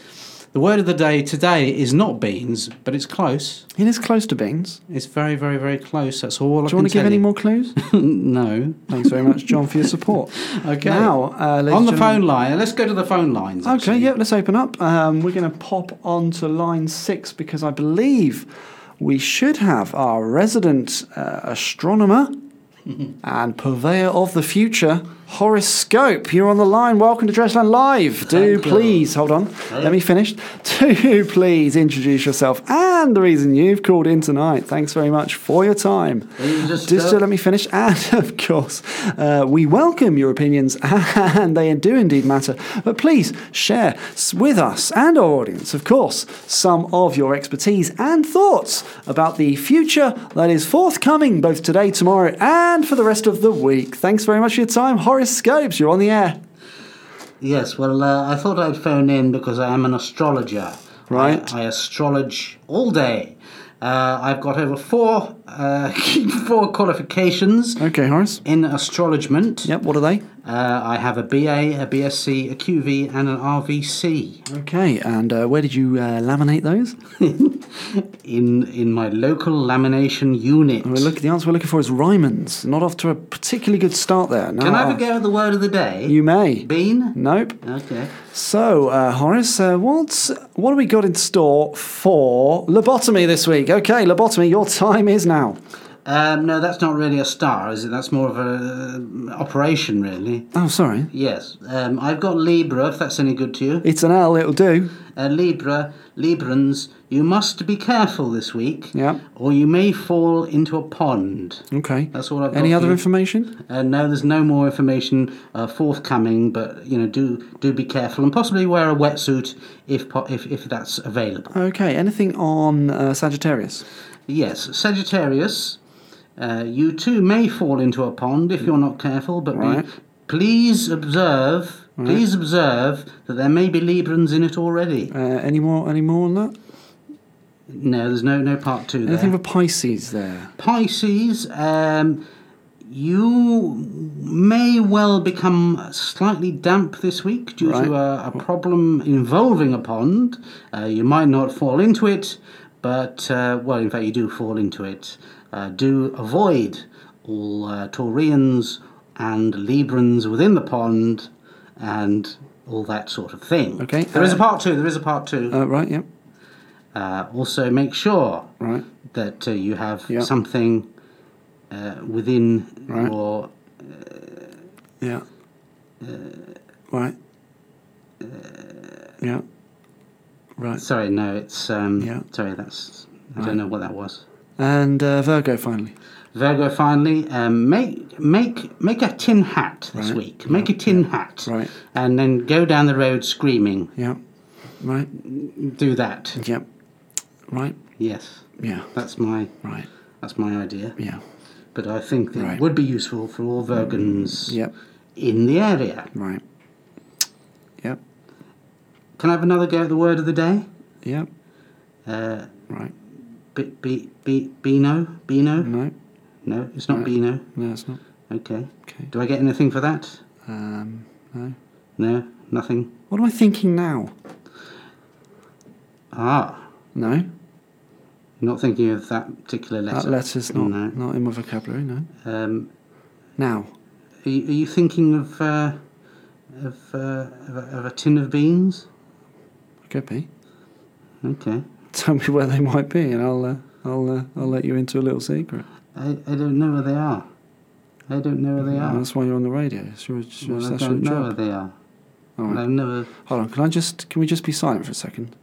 Speaker 2: The word of the day today is not beans, but it's close.
Speaker 1: It is close to beans.
Speaker 2: It's very, very, very close. That's all I
Speaker 1: Do you
Speaker 2: can
Speaker 1: want to give
Speaker 2: tell
Speaker 1: any
Speaker 2: you.
Speaker 1: more clues?
Speaker 2: no.
Speaker 1: Thanks very much, John, for your support.
Speaker 2: Okay.
Speaker 1: Now, uh, ladies
Speaker 2: on
Speaker 1: and
Speaker 2: the
Speaker 1: gentlemen-
Speaker 2: phone line. Let's go to the phone lines.
Speaker 1: Okay,
Speaker 2: actually.
Speaker 1: yep, let's open up. Um, we're going to pop on to line six because I believe we should have our resident uh, astronomer and purveyor of the future, Horace Scope. You're on the line. Welcome to Dressland Live. Do
Speaker 2: Thank you.
Speaker 1: please, hold on, let me finish. Do please introduce yourself and the reason you've called in tonight. Thanks very much for your time.
Speaker 5: just
Speaker 1: Just
Speaker 5: go-
Speaker 1: let me finish. And of course, uh, we welcome your opinions, and they do indeed matter. But please share s- with us and our audience, of course, some of your expertise and thoughts about the future that is forthcoming both today, tomorrow, and for the rest of the week. Thanks very much for your time. Horace Scopes, you're on the air.
Speaker 5: Yes, well, uh, I thought I'd phone in because I am an astrologer.
Speaker 1: Right.
Speaker 5: I, I astrologe all day.
Speaker 2: Uh, I've got over four uh, four qualifications
Speaker 1: Okay, Horace.
Speaker 2: in astrologement.
Speaker 1: Yep, what are they?
Speaker 2: Uh, I have a BA, a BSc, a QV, and an RVC
Speaker 1: Okay, and uh, where did you uh, laminate those?
Speaker 2: in in my local lamination unit.
Speaker 1: We're look, the answer we're looking for is Ryman's. Not off to a particularly good start there. No,
Speaker 2: Can I have a go at the word of the day?
Speaker 1: You may.
Speaker 2: Bean?
Speaker 1: Nope.
Speaker 2: Okay.
Speaker 1: So, uh, Horace, uh, what's, what have we got in store for lobotomy this week? Okay, lobotomy, your time is now.
Speaker 2: Um, no, that's not really a star, is it? That's more of an operation, really.
Speaker 1: Oh, sorry.
Speaker 2: Yes. Um, I've got Libra, if that's any good to you.
Speaker 1: It's an L, it'll do.
Speaker 2: Uh, Libra, Librans, you must be careful this week.
Speaker 1: Yeah.
Speaker 2: Or you may fall into a pond.
Speaker 1: Okay.
Speaker 2: That's all I've got.
Speaker 1: Any
Speaker 2: for
Speaker 1: other
Speaker 2: you.
Speaker 1: information?
Speaker 2: Uh, no, there's no more information uh, forthcoming, but you know, do do be careful and possibly wear a wetsuit if po- if if that's available.
Speaker 1: Okay, anything on uh, Sagittarius?
Speaker 2: Yes, Sagittarius, uh, you too may fall into a pond if you're not careful, but
Speaker 1: Right.
Speaker 2: be, please observe, please observe that there may be Librans in it already.
Speaker 1: Uh, any more? Any more on that?
Speaker 2: No, there's no no part two there.
Speaker 1: Anything for Pisces there?
Speaker 2: Pisces, um, you may well become slightly damp this week due to
Speaker 1: Right.
Speaker 2: a, a problem involving a pond. Uh, you might not fall into it, but, uh, well, in fact, you do fall into it. Uh, do avoid all uh, Taurians and Librans within the pond and all that sort of thing.
Speaker 1: Okay,
Speaker 2: There is
Speaker 1: uh,
Speaker 2: a part two, there is a part two.
Speaker 1: Uh, right. Yep.
Speaker 2: Uh, also, make sure
Speaker 1: Right.
Speaker 2: that uh, you have
Speaker 1: Yeah.
Speaker 2: something uh, within
Speaker 1: Right.
Speaker 2: your
Speaker 1: Yeah.
Speaker 2: Uh,
Speaker 1: right. yeah. Right.
Speaker 2: sorry no it's um
Speaker 1: Yeah.
Speaker 2: sorry that's i don't know what that was
Speaker 1: And uh, Virgo finally.
Speaker 2: virgo finally um, make make make a tin hat this
Speaker 1: Right.
Speaker 2: week make a tin hat
Speaker 1: Right.
Speaker 2: and then go down the road screaming
Speaker 1: Yeah. Right.
Speaker 2: do that
Speaker 1: Yep. Right.
Speaker 2: yes
Speaker 1: Yeah.
Speaker 2: that's my
Speaker 1: Right.
Speaker 2: that's my idea
Speaker 1: Yeah.
Speaker 2: but i think that
Speaker 1: Right.
Speaker 2: it would be useful for all virgins
Speaker 1: Yep.
Speaker 2: in the area
Speaker 1: Right. Yep.
Speaker 2: can i have another go at the word of the day
Speaker 1: Yep.
Speaker 2: uh
Speaker 1: Right.
Speaker 2: be, be, be, Beano? Beano?
Speaker 1: No.
Speaker 2: No, it's not Beano.
Speaker 1: No, it's not.
Speaker 2: Okay.
Speaker 1: Okay.
Speaker 2: Do I get anything for that?
Speaker 1: Um. No.
Speaker 2: No, nothing.
Speaker 1: What am I thinking now?
Speaker 2: Ah,
Speaker 1: No.
Speaker 2: you're not thinking of that particular letter.
Speaker 1: That letter's not
Speaker 2: No.
Speaker 1: not in my vocabulary. No.
Speaker 2: Um,
Speaker 1: Now.
Speaker 2: are, you, are you thinking of uh, of, uh, of, a, of a tin of beans?
Speaker 1: Could be.
Speaker 2: Okay.
Speaker 1: Tell me where they might be, and I'll uh, I'll uh, I'll let you into a little secret.
Speaker 2: I, I don't know where they are. I don't know where they
Speaker 1: And
Speaker 2: are.
Speaker 1: that's why you're on the radio. It's your, it's your,
Speaker 2: Well, I
Speaker 1: that's your
Speaker 2: don't know where
Speaker 1: job.
Speaker 2: they are.
Speaker 1: All
Speaker 2: And
Speaker 1: right.
Speaker 2: I've never.
Speaker 1: Hold on. Can I just? Can we just be silent for a second?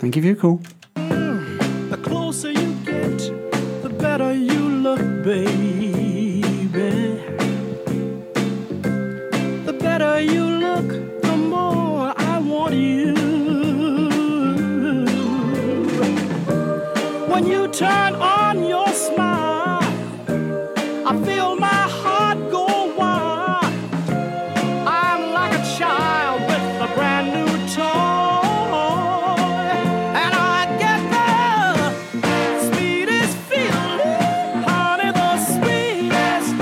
Speaker 1: Thank you for your call.
Speaker 6: The closer you get, the better you look, baby. The better you look, the more I want you. When you turn on your smile, I feel my heart go wild. I'm like a child with a brand new toy, and I get the sweetest feeling, honey, the sweetest,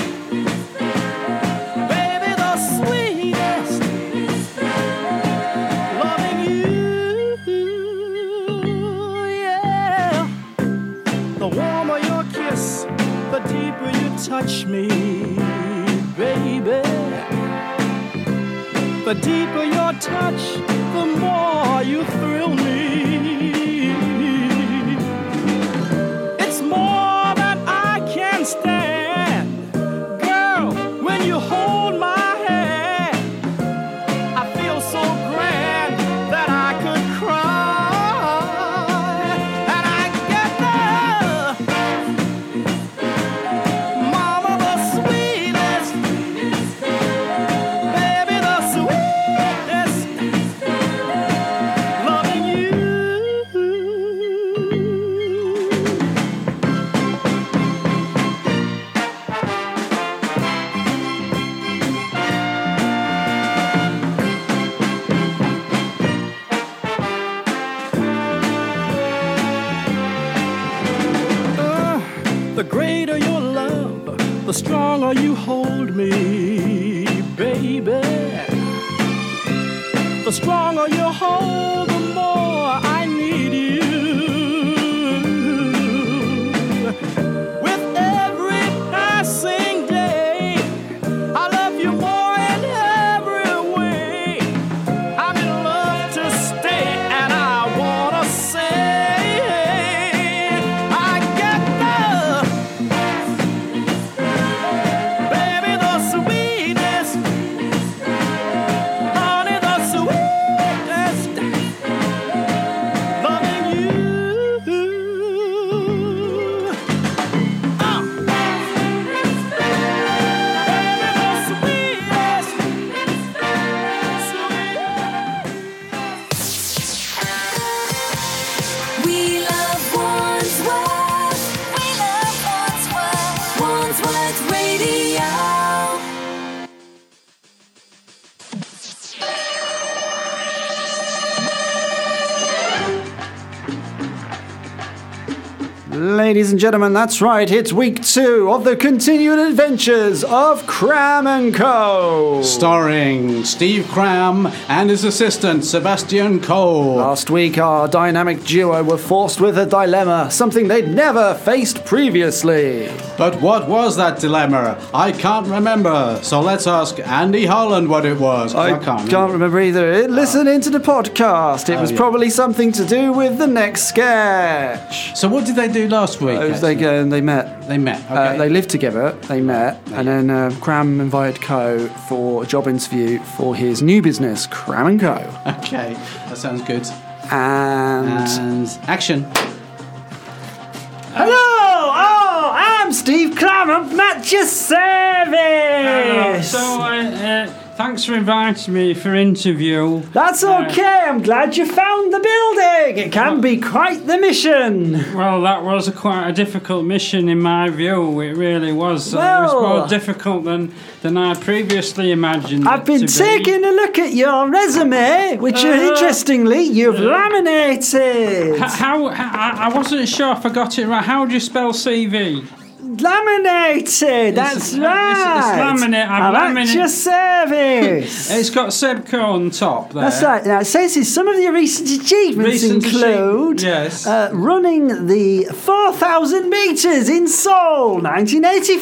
Speaker 6: baby, the sweetest, loving you, yeah. The warmer your kiss, the deeper you touch me, baby. The deeper your touch, the more you thrill me. It's more than I can stand. Girl, when you hold my hand, I feel so grand that I could cry. And I get the, mama, the sweetest. Baby, the sweetest loving you. the stronger you hold me, baby. The stronger you hold, the more I need you. With every passing day, I love you more in every way. I'm in love to stay, and I wanna say I get the baby the sweetest, honey the sweetest, loving you. Uh. Baby the sweetest, sweetest.
Speaker 7: We love Wandsworth. We love Wandsworth. Wandsworth Radio.
Speaker 8: Ladies and gentlemen, that's right, it's week two of the continued adventures of Cram and Co.
Speaker 2: Starring Steve Cram and his assistant Sebastian Cole.
Speaker 8: Last week, our dynamic duo were forced with a dilemma, something they'd never faced previously.
Speaker 2: But what was that dilemma? I can't remember. So let's ask Andy Holland what it was. 'cause
Speaker 8: I can't, remember either. Eh, Listen into the podcast. It
Speaker 2: Oh,
Speaker 8: was
Speaker 2: yeah.
Speaker 8: probably something to do with the next sketch.
Speaker 2: So what did they do last week?
Speaker 8: It was Oh, they,
Speaker 2: actually?
Speaker 8: go and they met.
Speaker 2: They met. Okay.
Speaker 8: Uh, they lived together, they met, and then uh, Cram invited Co for a job interview for his new business, Cram and Co.
Speaker 2: okay. That sounds good.
Speaker 8: And
Speaker 2: And action.
Speaker 8: hello, oh, I'm Steve Cram. I'm at your service.
Speaker 9: So, uh, uh, thanks for inviting me for interview.
Speaker 8: That's okay. I'm glad you found the building. It can be quite the mission.
Speaker 9: Well, that was a quite a difficult mission in my view. It really was. Uh, it was
Speaker 8: Well-
Speaker 9: more difficult than than I previously imagined.
Speaker 8: I've
Speaker 9: it
Speaker 8: been
Speaker 9: to
Speaker 8: taking a look at your resume, which uh,
Speaker 9: Uh-huh.
Speaker 8: interestingly you've laminated.
Speaker 9: Be. H- How h- I I wasn't sure if I got it right. How do you spell CV?
Speaker 8: laminated. That's
Speaker 9: it's- it's
Speaker 8: right.
Speaker 9: laminate, I've
Speaker 8: I'm at
Speaker 9: laminate-
Speaker 8: your service.
Speaker 9: It's got Sebco on top there.
Speaker 8: That's right. Now it says here some of your recent achievements
Speaker 9: Recent
Speaker 8: include
Speaker 9: achieve- yes.
Speaker 8: uh, running the 4,000 meters in Seoul, 1984.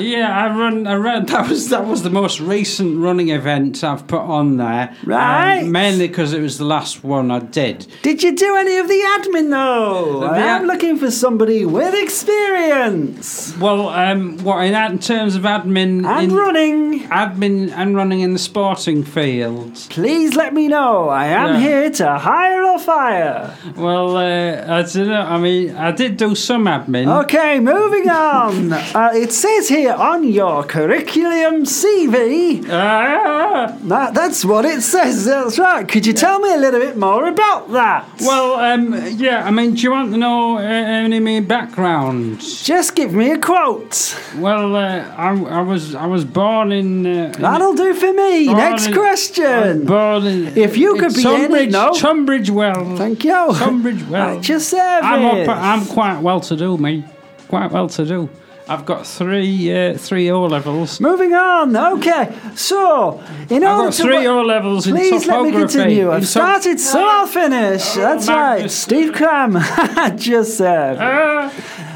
Speaker 9: Yeah, I run. I ran. That was that was the most recent running event I've put on there. Um,
Speaker 8: Right.
Speaker 9: mainly because it was the last one I did.
Speaker 8: Did you do any of the admin though?
Speaker 9: The
Speaker 8: I am
Speaker 9: ad-
Speaker 8: looking for somebody with experience
Speaker 9: Well, um, what in, ad- in terms of admin
Speaker 8: and
Speaker 9: in,
Speaker 8: running.
Speaker 9: admin and running in the sporting field.
Speaker 8: Please let me know. I am
Speaker 9: Yeah.
Speaker 8: here to hire or fire.
Speaker 9: Well, uh, I don't know. I mean, I did do some admin.
Speaker 8: Okay, moving on. uh, it says here on your curriculum CV
Speaker 9: Ah!
Speaker 8: That, that's what it says. That's right. Could you tell me a little bit more about that?
Speaker 9: well, um, yeah. I mean, do you want to know uh, any of my background?
Speaker 8: just give me a quote.
Speaker 9: Well, uh, I, I was I was born in. Uh, in-
Speaker 8: That'll do for me.
Speaker 9: born
Speaker 8: Next
Speaker 9: in-
Speaker 8: question.
Speaker 9: Born in,
Speaker 8: If you could
Speaker 9: in
Speaker 8: be any-
Speaker 9: Tunbridge,
Speaker 8: no.
Speaker 9: Tunbridge Wells.
Speaker 8: Thank you.
Speaker 9: Tunbridge Wells.
Speaker 8: At your service.
Speaker 9: I'm up, I'm quite well to do, me. Quite well to do. I've got three uh, three O levels.
Speaker 8: Moving on. Okay. So, in
Speaker 9: I've
Speaker 8: order
Speaker 9: got
Speaker 8: Oh, to
Speaker 9: three
Speaker 8: wo-
Speaker 9: O levels in
Speaker 8: Please let me
Speaker 9: topography.
Speaker 8: continue.
Speaker 9: In
Speaker 8: I've
Speaker 9: top- Oh,
Speaker 8: started, so I'll finish. That's right.
Speaker 9: Magnus.
Speaker 8: Steve Cram. just serve.
Speaker 9: Ah,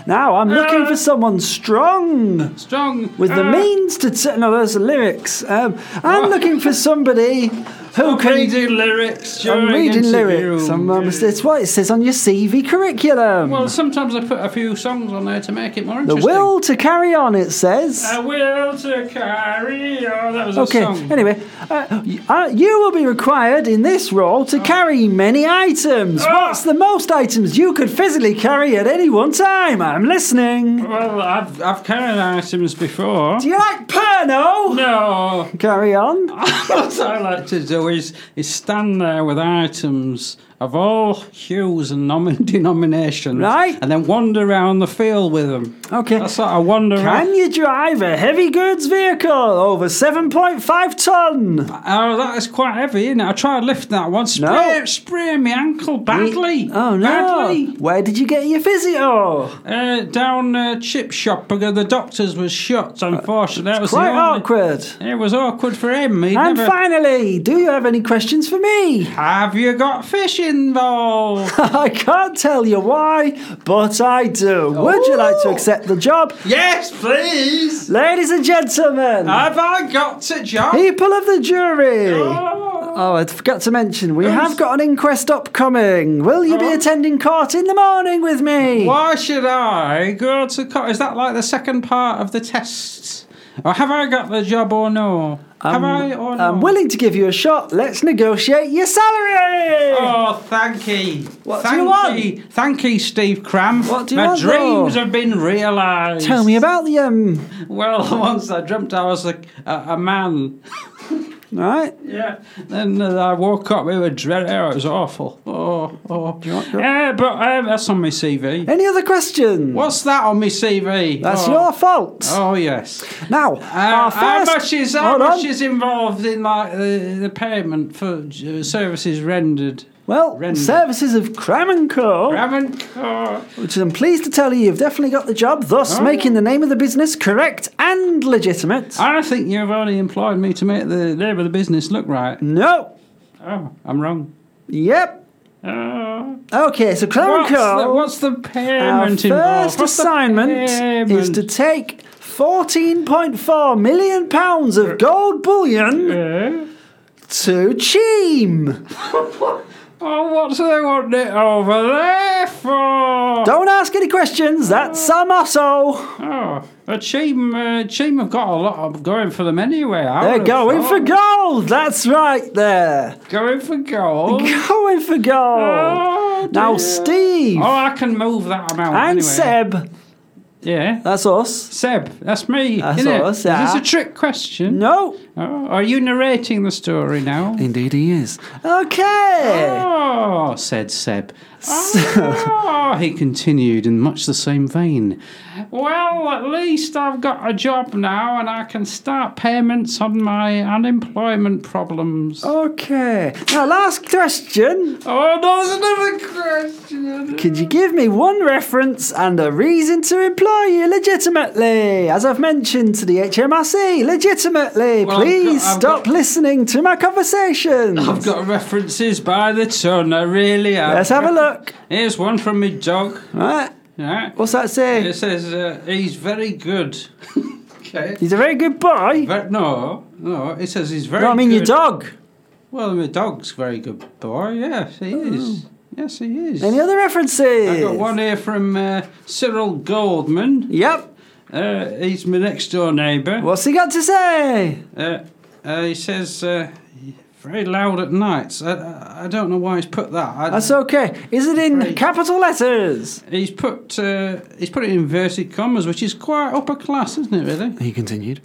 Speaker 8: now, I'm looking
Speaker 9: uh,
Speaker 8: for someone strong.
Speaker 9: strong.
Speaker 8: with the
Speaker 9: Ah,
Speaker 8: means to t- no those are lyrics um, i'm looking for somebody who
Speaker 9: I'm
Speaker 8: can
Speaker 9: reading lyrics.
Speaker 8: i'm
Speaker 9: during
Speaker 8: reading
Speaker 9: interview.
Speaker 8: lyrics I'm, um, it's what it says on your cv curriculum
Speaker 9: well, sometimes I put a few songs on there to make it more
Speaker 8: the
Speaker 9: interesting.
Speaker 8: will to carry on it says
Speaker 9: I will to carry. Oh, that was
Speaker 8: Okay.
Speaker 9: a song.
Speaker 8: Anyway, uh, y- uh, you will be required in this role to carry many items.
Speaker 9: Ah.
Speaker 8: What's the most items you could physically carry at any one time? I'm listening.
Speaker 9: Well, I've I've carried items before.
Speaker 8: Do you like Perno?
Speaker 9: No,
Speaker 8: Carry on.
Speaker 9: Ah, what I like to do is is stand there with items of all hues and nom- denominations.
Speaker 8: Right.
Speaker 9: And then wander around the field with them.
Speaker 8: Okay.
Speaker 9: That's what I wander around.
Speaker 8: Can you drive a heavy goods vehicle over 7.5 ton?
Speaker 9: Oh, that is quite heavy, isn't it? I tried lifting that one. Spray,
Speaker 8: No.
Speaker 9: spray my ankle badly.
Speaker 8: Oh no!
Speaker 9: Badly.
Speaker 8: Where did you get your physio?
Speaker 9: Uh, down uh, chip shop because the doctor's was shut, unfortunately. that was the
Speaker 8: Uh, Quite
Speaker 9: only-
Speaker 8: awkward.
Speaker 9: It was awkward for him. He
Speaker 8: And
Speaker 9: never...
Speaker 8: finally, do you have any questions for me?
Speaker 9: Have you got fish involved?
Speaker 8: I can't tell you why, but I do. Would you like to accept the job?
Speaker 9: yes, please.
Speaker 8: Ladies and gentlemen,
Speaker 9: Have I got a job?
Speaker 8: people of the jury!
Speaker 9: Oh.
Speaker 8: Oh, I forgot to mention, we
Speaker 9: Yes.
Speaker 8: have got an inquest upcoming. Will you be
Speaker 9: Oh.
Speaker 8: attending court in the morning with me?
Speaker 9: Why should I go to court? Is that like the second part of the test? Or have I got the job or no?
Speaker 8: Um,
Speaker 9: have I or no?
Speaker 8: I'm willing to give you a shot. Let's negotiate your salary!
Speaker 9: Oh, thank you.
Speaker 8: What do
Speaker 9: thank
Speaker 8: you want?
Speaker 9: you. Thank you, Steve Cram.
Speaker 8: What do you
Speaker 9: My
Speaker 8: want,
Speaker 9: dreams
Speaker 8: though?
Speaker 9: have been realised.
Speaker 8: Tell me about the um.
Speaker 9: Well, once I dreamt I was a, a, a man.
Speaker 8: Right?
Speaker 9: Yeah. Then uh, I woke up with a dread. Oh, it was awful. Oh, oh.
Speaker 8: you want- do you
Speaker 9: Yeah, but um, that's on my CV.
Speaker 8: Any other questions?
Speaker 9: What's that on my CV?
Speaker 8: That's
Speaker 9: Oh.
Speaker 8: your fault.
Speaker 9: Oh yes.
Speaker 8: Now,
Speaker 9: Uh,
Speaker 8: our first.
Speaker 9: how much is how
Speaker 8: Hold on.
Speaker 9: much is involved in like the, the payment for uh, services rendered?
Speaker 8: Well,
Speaker 9: Render.
Speaker 8: services of Cram and Co.
Speaker 9: Haven't. Oh,
Speaker 8: Which I'm pleased to tell you, you've definitely got the job, thus
Speaker 9: Oh.
Speaker 8: making the name of the business correct and legitimate.
Speaker 9: I think you've only employed me to make the name of the business look right.
Speaker 8: no.
Speaker 9: Oh, I'm wrong.
Speaker 8: Yep.
Speaker 9: Oh.
Speaker 8: Okay, so Cram
Speaker 9: What's,
Speaker 8: and Co.
Speaker 9: the, what's the
Speaker 8: Our
Speaker 9: payment involved?
Speaker 8: first
Speaker 9: What's the
Speaker 8: assignment is
Speaker 9: payment?
Speaker 8: to take 14.4 million pounds of gold bullion
Speaker 9: Yeah.
Speaker 8: to Cheam.
Speaker 9: Oh, what do they want it over there for?
Speaker 8: Don't ask any questions,
Speaker 9: Uh,
Speaker 8: that's our motto.
Speaker 9: Oh, a team, uh, team have got a lot of going for them anyway. I
Speaker 8: They're
Speaker 9: would've
Speaker 8: going for
Speaker 9: thought.
Speaker 8: gold, that's right there.
Speaker 9: Going for goal.
Speaker 8: Going for gold.
Speaker 9: Oh,
Speaker 8: Now,
Speaker 9: dear.
Speaker 8: Steve
Speaker 9: Oh, I can move that amount.
Speaker 8: and
Speaker 9: anyway.
Speaker 8: Seb,
Speaker 9: Yeah.
Speaker 8: that's us.
Speaker 9: Seb, that's me.
Speaker 8: That's
Speaker 9: innit?
Speaker 8: us,
Speaker 9: Is
Speaker 8: yeah.
Speaker 9: this a trick question?
Speaker 8: No.
Speaker 9: Oh, are you narrating the story now?
Speaker 8: Indeed, he is. Okay.
Speaker 9: Oh, said Seb. Oh, he continued in much the same vein. Well, at least I've got a job now and I can start payments on my unemployment problems. Oh,
Speaker 8: Okay. Now, last question.
Speaker 9: oh that's another question.
Speaker 8: Could you give me one reference and a reason to employ you legitimately? As I've mentioned to the HMRC, legitimately.
Speaker 9: Well, I've
Speaker 8: Please
Speaker 9: got- I've
Speaker 8: stop
Speaker 9: got-
Speaker 8: listening to my conversation.
Speaker 9: I've got references by the ton, I really have.
Speaker 8: Let's have a look.
Speaker 9: Here's one from my dog.
Speaker 8: Right.
Speaker 9: Yeah.
Speaker 8: What's that say?
Speaker 9: It says uh, he's very good. okay.
Speaker 8: He's a very good boy.
Speaker 9: Ver- no, no, it says he's very
Speaker 8: No, I mean your
Speaker 9: good.
Speaker 8: dog.
Speaker 9: Well, my dog's very good boy. Yes,
Speaker 8: Oh.
Speaker 9: he is. Yes, he is.
Speaker 8: Any other references?
Speaker 9: I got one here from uh, Cyril Goldman.
Speaker 8: Yep.
Speaker 9: Uh, he's my next door neighbour.
Speaker 8: What's he got to say?
Speaker 9: Uh, uh, he says uh, very loud at nights. I- I, I don't know why he's put that. I,
Speaker 8: That's okay. Is it in
Speaker 9: Very-
Speaker 8: capital letters?
Speaker 9: he's put uh, he's put it in inverted commas, which is quite upper class, isn't it? Really?
Speaker 8: He continued.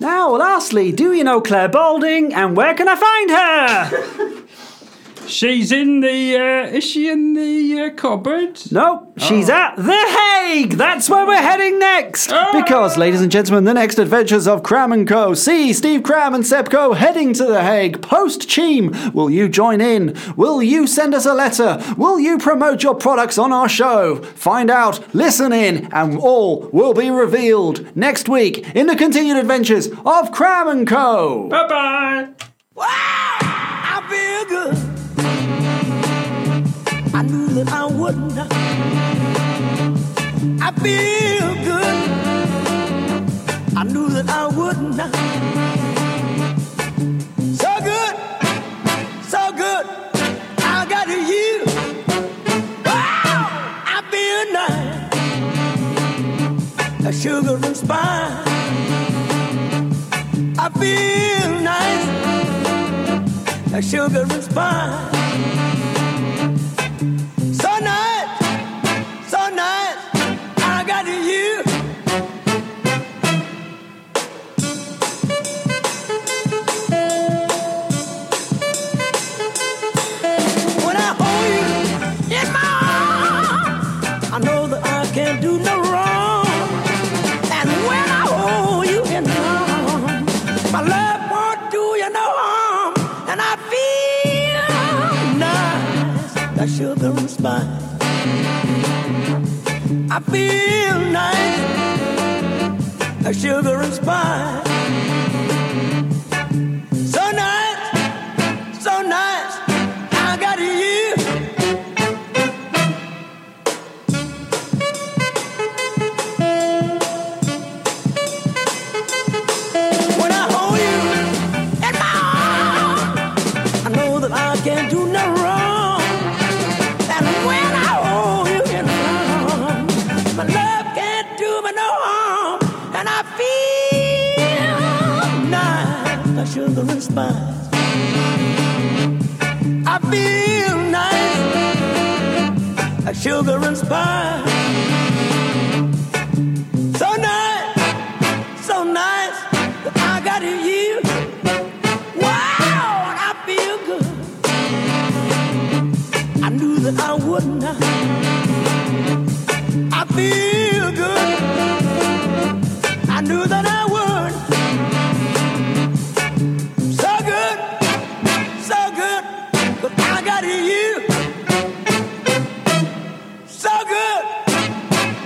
Speaker 8: Now, lastly, do you know Claire Balding and where can I find her?
Speaker 9: She's in the. Uh, is she in the uh, cupboard?
Speaker 8: no, she's at The Hague. That's where we're heading next. Because, ladies and gentlemen, the next adventures of Cram and Co. See Steve Cram and Sepco heading to The Hague post Cheam. Will you join in? Will you send us a letter? Will you promote your products on our show? Find out, listen in, and all will be revealed next week in the continued adventures of Cram and Co.
Speaker 9: Bye bye.
Speaker 10: I feel good. I knew that I wouldn't. I feel good. I knew that I wouldn't. So good, so good. I got a year. Wow, I feel nice. A sugar and spice. I feel nice like sugar and spice. So nice, so nice, I got you. When I hold you, I should have responded. I feel nice. A sugar and spice. So nice, so nice. I got you. When I hold you in my arms, I know that I can't do no wrong. And when I hold you in my arms, my love can't do me no harm. And I feel nice, I should have responded. I feel nice, a sugar and spice. So nice, so nice, I got you. Wow, and I feel good. I knew that I would not. I feel good. I knew that I would. So good, so good, but I got you. So good,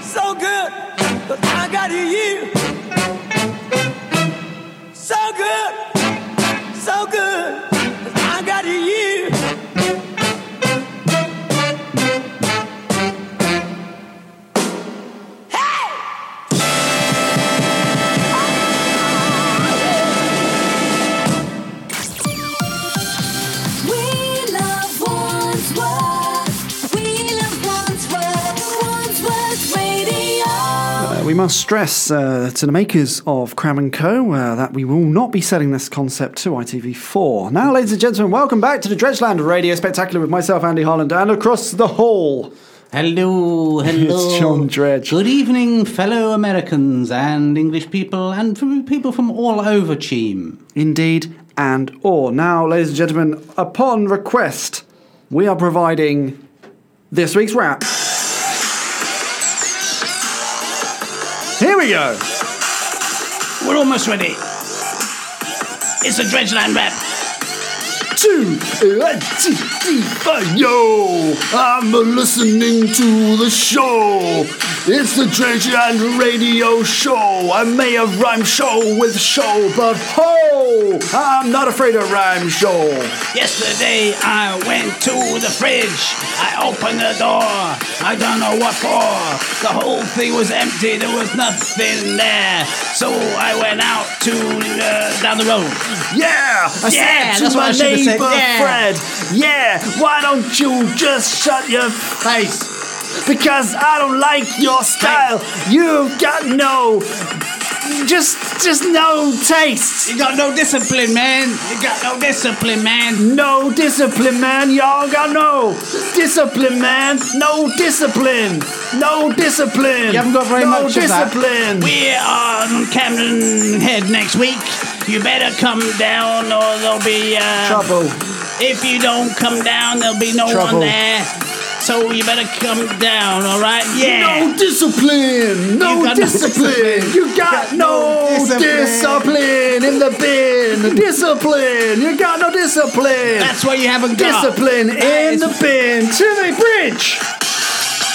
Speaker 10: so good, but I got you. So good, so good, but I got you.
Speaker 7: We love Wandsworth. We love Wandsworth. Wandsworth Radio.
Speaker 1: Uh, we must stress uh, to the makers of Cram and Co. Uh, that we will not be selling this concept to ITV4. Now, ladies and gentlemen, welcome back to the Dredgeland Radio Spectacular with myself, Andy Holland, and across the hall.
Speaker 2: Hello, hello.
Speaker 1: It's John Dredge.
Speaker 2: Good evening, fellow Americans and English people, and from people from all over Cheam.
Speaker 1: Indeed and or. Now, ladies and gentlemen, upon request, we are providing this week's rap. Here we go.
Speaker 5: We're almost ready. It's a Dredgeland rap.
Speaker 1: Two, uh, two, three, four, yo! I'm listening to the show. It's the Dredgeland Radio Show. I may have rhymed show with show, but ho! I'm not afraid of rhyme show.
Speaker 5: Yesterday I went to the fridge. I opened the door. I don't know what for. The whole thing was empty. There was nothing there. So I went out to uh, down the road.
Speaker 1: Yeah,
Speaker 5: Yeah,
Speaker 1: I said
Speaker 5: that's
Speaker 1: to
Speaker 5: what
Speaker 1: my
Speaker 5: I should've said,
Speaker 1: neighbour
Speaker 5: yeah.
Speaker 1: Fred. Yeah, why don't you just shut your face? Because I don't like your style. You've got no, just just no taste,
Speaker 5: You got no discipline, man. You got no discipline, man.
Speaker 1: no discipline, man. Y'all got no discipline, man. No discipline, no discipline.
Speaker 2: You haven't got very
Speaker 1: no
Speaker 2: much of that.
Speaker 1: discipline.
Speaker 5: We're on Camden Head next week. You better come down, or there'll be uh,
Speaker 1: Trouble.
Speaker 5: If you don't come down, there'll be no one
Speaker 1: Trouble.
Speaker 5: there. So you better come down, all right? Yeah.
Speaker 1: No
Speaker 5: You
Speaker 1: discipline! No
Speaker 5: got no
Speaker 1: discipline!
Speaker 5: discipline.
Speaker 1: You got no discipline in the bin! Discipline! You got no discipline!
Speaker 5: That's what you haven't got.
Speaker 1: Discipline
Speaker 5: That
Speaker 1: in
Speaker 5: is-
Speaker 1: the bin to the bridge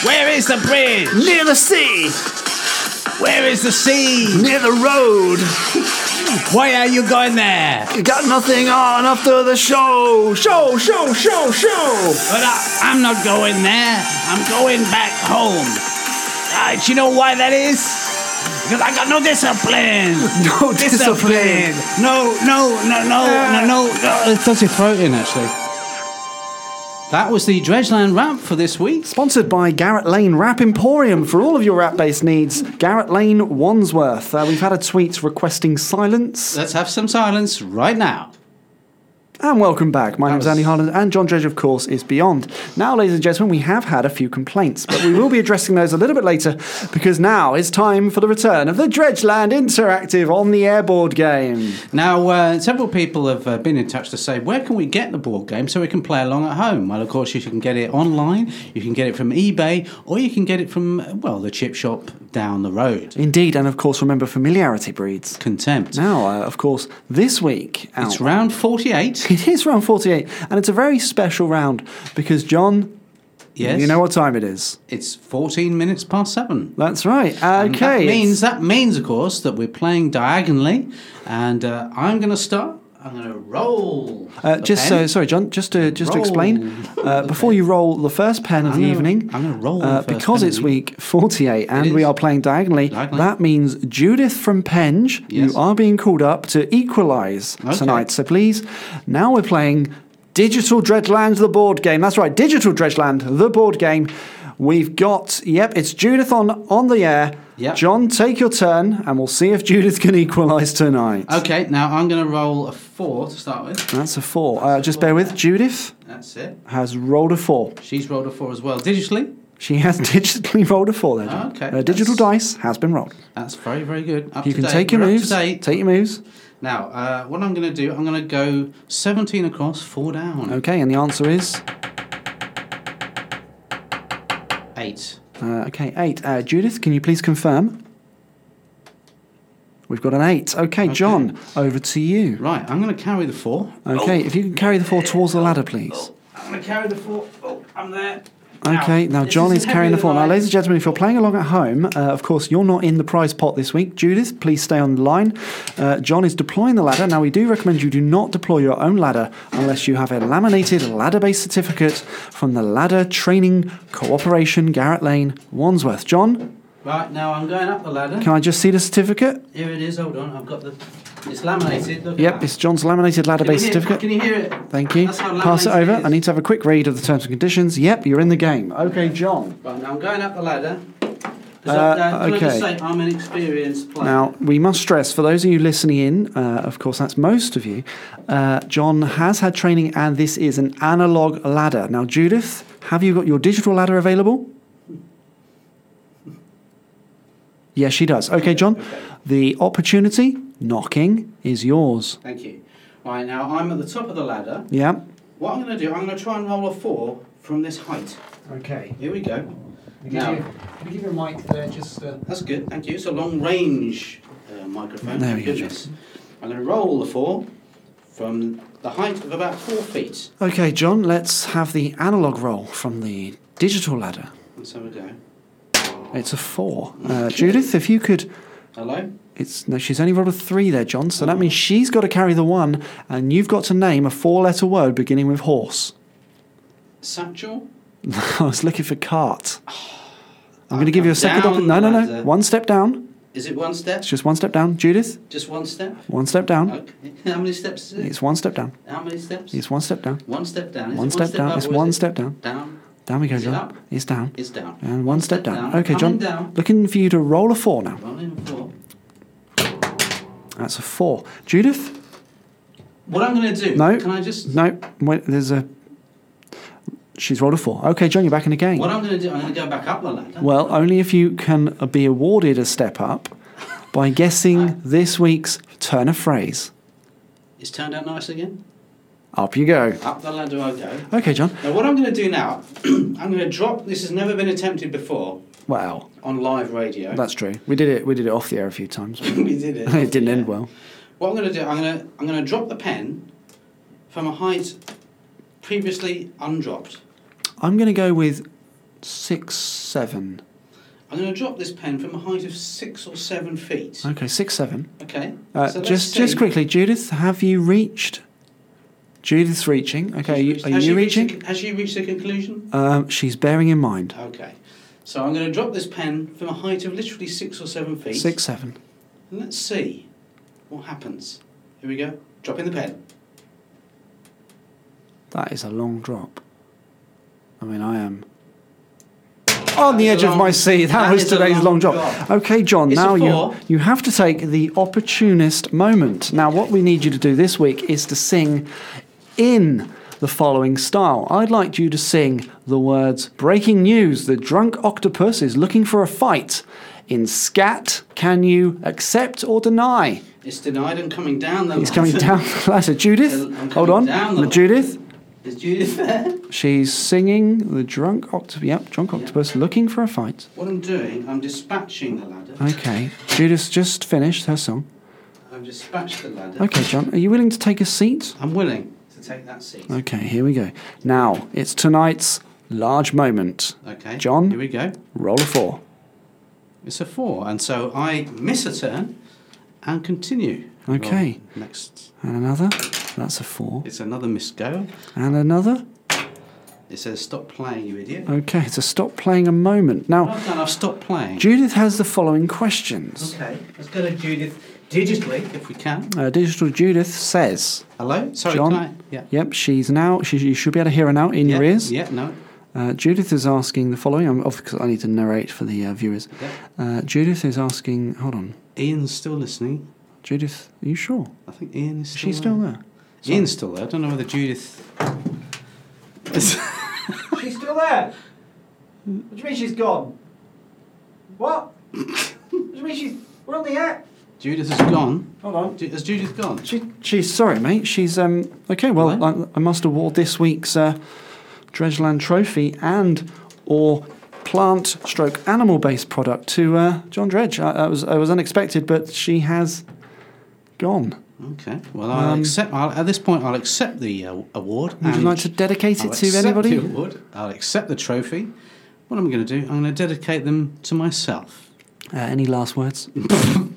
Speaker 5: Where is the bridge?
Speaker 1: near the sea,
Speaker 5: Where is the sea?
Speaker 1: near the road.
Speaker 5: Why are you going there?
Speaker 1: You got nothing on after the show. Show, show, show, show.
Speaker 5: But I, I'm not going there. I'm going back home. Uh, do you know why that is? Because I got no discipline.
Speaker 1: No discipline.
Speaker 5: No, no, no, no, no, no, no.
Speaker 2: It does your throat in, actually. That was the Dredgeland rap for this week.
Speaker 1: Sponsored by Garrett Lane Rap Emporium for all of your rap based needs. Garrett Lane Wandsworth. Uh, we've had a tweet requesting silence.
Speaker 2: Let's have some silence right now.
Speaker 1: And welcome back. My name's
Speaker 2: was-
Speaker 1: Andy Harland, and John Dredge, of course, is Beyond. Now, ladies and gentlemen, we have had a few complaints, but we will be addressing those a little bit later because now is time for the return of the Dredgeland Interactive on the Air board game.
Speaker 2: Now, uh, several people have uh, been in touch to say, where can we get the board game so we can play along at home? Well, of course, you can get it online, you can get it from eBay, or you can get it from, uh, well, the chip shop down the road.
Speaker 1: Indeed, and of course, remember familiarity breeds.
Speaker 2: Contempt.
Speaker 1: Now, uh, of course, this week out,
Speaker 2: It's round 48.
Speaker 1: it is round 48, and it's a very special round because John
Speaker 2: Yes.
Speaker 1: You know what time it is.
Speaker 2: It's 14 minutes past seven.
Speaker 1: That's right. Okay.
Speaker 2: And That means,
Speaker 1: it's-
Speaker 2: that means, of course, that we're playing diagonally, and uh, I'm going to start. I'm going to roll.
Speaker 1: uh,
Speaker 2: the
Speaker 1: just
Speaker 2: pen.
Speaker 1: so sorry, John. Just to just to explain,
Speaker 2: Roll
Speaker 1: uh,
Speaker 2: the
Speaker 1: before
Speaker 2: pen. Oh.
Speaker 1: you roll the first pen of
Speaker 2: I'm
Speaker 1: the
Speaker 2: gonna-
Speaker 1: evening,
Speaker 2: I'm gonna roll the
Speaker 1: uh,
Speaker 2: first
Speaker 1: because
Speaker 2: pen of
Speaker 1: it's
Speaker 2: the evening.
Speaker 1: week forty-eight, and we
Speaker 2: is.
Speaker 1: are playing diagonally.
Speaker 2: Diagonally.
Speaker 1: That means Judith from Penge,
Speaker 2: Yes.
Speaker 1: you are being called up to equalise
Speaker 2: Okay.
Speaker 1: tonight. So please, now we're playing Digital Dredgeland, the board game. That's right, Digital Dredgeland, the board game. We've got yep, it's Judith on on the air.
Speaker 2: Yep.
Speaker 1: John, take your turn, and we'll see if Judith can equalise tonight.
Speaker 2: Okay, now I'm going to roll a four to start with.
Speaker 1: That's a four. uh, just bear with. Judith
Speaker 2: That's it.
Speaker 1: has rolled a four.
Speaker 2: She's rolled a four as well. Digitally,
Speaker 1: She has digitally rolled a four there. John.
Speaker 2: Okay,
Speaker 1: Her digital dice has been rolled.
Speaker 2: that's very, very good. Up
Speaker 1: You
Speaker 2: to
Speaker 1: can
Speaker 2: date.
Speaker 1: take your
Speaker 2: We're up to
Speaker 1: moves.
Speaker 2: date.
Speaker 1: Take your moves.
Speaker 2: Now, uh, what I'm going to do, I'm going to go 17 across, 4 down.
Speaker 1: Okay, and the answer is
Speaker 2: 8.
Speaker 1: uh, okay eight. Uh, Judith, can you please confirm? We've got an eight. Okay, John, over to you.
Speaker 2: Right, I'm going to carry the 4.
Speaker 1: Okay, if you can carry the four towards the
Speaker 2: oh,
Speaker 1: ladder, please.
Speaker 2: I'm going to carry the 4. Oh, I'm there.
Speaker 1: Okay, now
Speaker 2: This
Speaker 1: John
Speaker 2: isn't
Speaker 1: is carrying the
Speaker 2: heavier
Speaker 1: four.
Speaker 2: than
Speaker 1: Now,
Speaker 2: I-
Speaker 1: ladies and gentlemen, if you're playing along at home, uh, of course, you're not in the prize pot this week. Judith, please stay on the line. Uh, John is deploying the ladder. Now, we do recommend you do not deploy your own ladder unless you have a laminated ladder based certificate from the Ladder Training Cooperation, Garrett Lane, Wandsworth. John,
Speaker 2: Right, now I'm going up the ladder.
Speaker 1: can I just see the certificate?
Speaker 2: Here it is, hold on. I've got the. It's laminated. Look at
Speaker 1: Yep,
Speaker 2: that.
Speaker 1: it's John's laminated ladder
Speaker 2: Can you
Speaker 1: based
Speaker 2: hear- Can
Speaker 1: certificate.
Speaker 2: you hear it?
Speaker 1: Thank you.
Speaker 2: That's how
Speaker 1: Pass it
Speaker 2: laminated
Speaker 1: over.
Speaker 2: is.
Speaker 1: I need to have a quick read of the terms and conditions. Yep, you're in the game. Okay, John.
Speaker 2: Right, now I'm going up the ladder. So,
Speaker 1: Uh,
Speaker 2: can I just
Speaker 1: okay.
Speaker 2: say I'm an experienced player?
Speaker 1: Now, we must stress for those of you listening in, uh, of course, that's most of you, uh, John has had training and this is an analog ladder. Now, Judith, have you got your digital ladder available? Yes, she does. Okay, John, the opportunity knocking is yours.
Speaker 2: Thank you. Right, now I'm at the top of the ladder.
Speaker 1: Yeah.
Speaker 2: What I'm going to do, I'm going to try and roll a 4 from this height.
Speaker 1: Okay.
Speaker 2: Here we go. Now,
Speaker 1: give your mic there just.
Speaker 2: That's good, thank you. It's a long range uh, microphone.
Speaker 1: There we
Speaker 2: thank
Speaker 1: go,
Speaker 2: goodness. I'm going to roll the four from the height of about four feet.
Speaker 1: Okay, John, let's have the analog roll from the digital ladder.
Speaker 2: Let's have a go.
Speaker 1: It's a four. Uh, Judith, if you could.
Speaker 2: Hello?
Speaker 1: It's no, she's only rolled a three there, John. So that means she's got to carry the one, and you've got to name a four-letter word beginning with horse.
Speaker 2: Satchel?
Speaker 1: I was looking for cart. I'm going to give you a second.
Speaker 2: Down
Speaker 1: Op- no, no, no.
Speaker 2: ladder.
Speaker 1: One step down.
Speaker 2: Is it one step?
Speaker 1: It's just one step down, Judith.
Speaker 2: Just one step?
Speaker 1: One step down.
Speaker 2: Okay. How many steps is it?
Speaker 1: It's one step down.
Speaker 2: How many steps?
Speaker 1: It's one step down.
Speaker 2: one step down. Is
Speaker 1: one
Speaker 2: it
Speaker 1: step down.
Speaker 2: up
Speaker 1: It's
Speaker 2: or is
Speaker 1: one
Speaker 2: it
Speaker 1: step down.
Speaker 2: Down.
Speaker 1: Down we go,
Speaker 2: Is it
Speaker 1: John.
Speaker 2: up?
Speaker 1: It's down.
Speaker 2: It's down.
Speaker 1: And one step down. Okay,
Speaker 2: Coming
Speaker 1: John.
Speaker 2: Down.
Speaker 1: Looking for you to roll a four now.
Speaker 2: Rolling four.
Speaker 1: That's a four. Judith.
Speaker 2: What I'm going to do?
Speaker 1: No.
Speaker 2: Can I just?
Speaker 1: No. Wait, there's a. She's rolled a four. Okay, John, you're back in the game.
Speaker 2: What I'm going to do? I'm going to go back up the ladder.
Speaker 1: Well, only if you can uh, be awarded a step up by guessing this week's turn of phrase.
Speaker 2: It's turned out nice again.
Speaker 1: Up you go.
Speaker 2: Up the ladder I go.
Speaker 1: Okay, John.
Speaker 2: Now, what I'm going to do now, I'm going to drop. This has never been attempted before
Speaker 1: Well,
Speaker 2: on live radio.
Speaker 1: that's true. We did it. We did it off the air a few times. it
Speaker 2: we did it.
Speaker 1: didn't end
Speaker 2: Yeah.
Speaker 1: well.
Speaker 2: What I'm going to do, I'm going to I'm going to drop the pen from a height previously undropped.
Speaker 1: I'm going to go with six, seven.
Speaker 2: I'm going to drop this pen from a height of six or seven feet.
Speaker 1: Okay, six, seven.
Speaker 2: Okay.
Speaker 1: Uh,
Speaker 2: So let's
Speaker 1: just,
Speaker 2: see.
Speaker 1: just quickly, Judith, have you reached? Judith's reaching. Okay, are you,
Speaker 2: Has
Speaker 1: are
Speaker 2: she
Speaker 1: you
Speaker 2: reached
Speaker 1: reaching?
Speaker 2: the- has she reached the conclusion?
Speaker 1: Um, she's bearing in mind.
Speaker 2: Okay. So I'm going to drop this pen from a height of literally six or seven feet.
Speaker 1: Six, seven.
Speaker 2: And let's see what happens. Here we go. Dropping the pen.
Speaker 1: That is a long drop. I mean, I am on the
Speaker 2: is a
Speaker 1: edge of
Speaker 2: long-
Speaker 1: my seat. That,
Speaker 2: that
Speaker 1: was
Speaker 2: is a
Speaker 1: today's long
Speaker 2: long
Speaker 1: drop.
Speaker 2: drop.
Speaker 1: Okay, John.
Speaker 2: It's a
Speaker 1: now you
Speaker 2: four.
Speaker 1: you have to take the opportunist moment. Now, what we need you to do this week is to sing in the following style. I'd like you to sing the words "Breaking news: The drunk octopus is looking for a fight." In scat, can you accept or deny?
Speaker 2: It's denied and coming down the
Speaker 1: He's coming
Speaker 2: ladder.
Speaker 1: down the ladder. Judith,
Speaker 2: I'm coming
Speaker 1: hold on.
Speaker 2: down the
Speaker 1: Judith,
Speaker 2: Is Judith there?
Speaker 1: She's singing the drunk octopus. Yep, drunk octopus looking for a fight.
Speaker 2: What I'm doing, I'm dispatching the ladder.
Speaker 1: Okay, Judith's just finished her song.
Speaker 2: I've dispatched the ladder.
Speaker 1: Okay, John, are you willing to take a seat?
Speaker 2: I'm willing to take that seat.
Speaker 1: Okay, here we go. Now it's tonight's large moment.
Speaker 2: Okay.
Speaker 1: John?
Speaker 2: Here we go.
Speaker 1: Roll a four.
Speaker 2: It's a four, and so I miss a turn and continue.
Speaker 1: Okay.
Speaker 2: Roll next.
Speaker 1: And another. That's a four.
Speaker 2: It's another missed go.
Speaker 1: And another.
Speaker 2: It says, stop playing, you idiot.
Speaker 1: Okay, it's a stop playing a moment. Now,
Speaker 2: I've done, I've stopped playing.
Speaker 1: Judith has the following questions.
Speaker 2: okay, let's go to Judith digitally, if we can.
Speaker 1: Uh, Digital Judith says,
Speaker 2: Hello? Sorry,
Speaker 1: John?
Speaker 2: can I? Yeah.
Speaker 1: Yep, she's now, she, you should be able to hear her now in
Speaker 2: yeah.
Speaker 1: your ears.
Speaker 2: Yeah, no.
Speaker 1: Uh, Judith is asking the following. I'm, of course, I need to narrate for the uh, viewers.
Speaker 2: Yeah.
Speaker 1: Uh, Judith is asking, hold on.
Speaker 2: Ian's still listening.
Speaker 1: Judith, are you sure?
Speaker 2: I think Ian is
Speaker 1: Is
Speaker 2: still
Speaker 1: she still there?
Speaker 2: Ian's still there. I don't know whether Judith.
Speaker 11: She's still there. What do you mean she's gone? What? what do you mean she's? We're on the air.
Speaker 2: Judith has gone.
Speaker 11: Hold on.
Speaker 2: Ju- Has Judith gone?
Speaker 1: She, she's sorry, mate. She's um okay. Well, I, I must award this week's uh, Dredgeland Trophy and or plant stroke animal based product to uh, John Dredge. I, I was I was unexpected, but she has gone.
Speaker 2: Okay. Well, I'll accept. I'll, at this point, I'll accept the uh, award.
Speaker 1: Um, Would you
Speaker 2: and
Speaker 1: like to dedicate
Speaker 2: I'll
Speaker 1: it to
Speaker 2: accept
Speaker 1: anybody?
Speaker 2: The award. I'll accept the trophy. What am I going to do? I'm going to dedicate them to myself.
Speaker 1: Uh, any last words?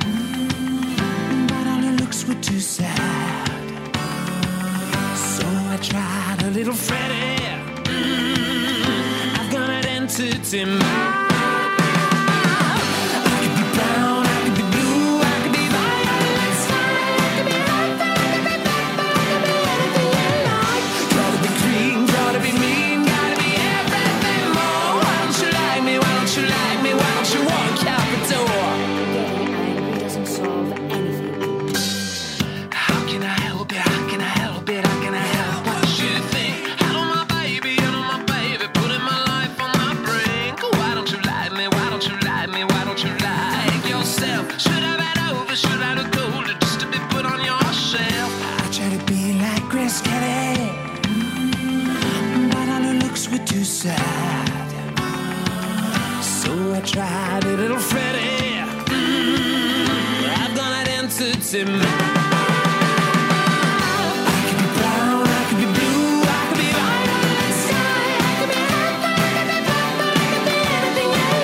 Speaker 7: mm, but all her looks were too sad. So I tried a little Freddy. Mm, I've got an entity mind.
Speaker 12: Getting angry doesn't solve anything.
Speaker 7: Should I look older just to be put on your shelf? I try to be like Grace Kelly, mm, but all her looks were too sad. So I tried a little Freddy. Mm, I've done that answer to me. Oh,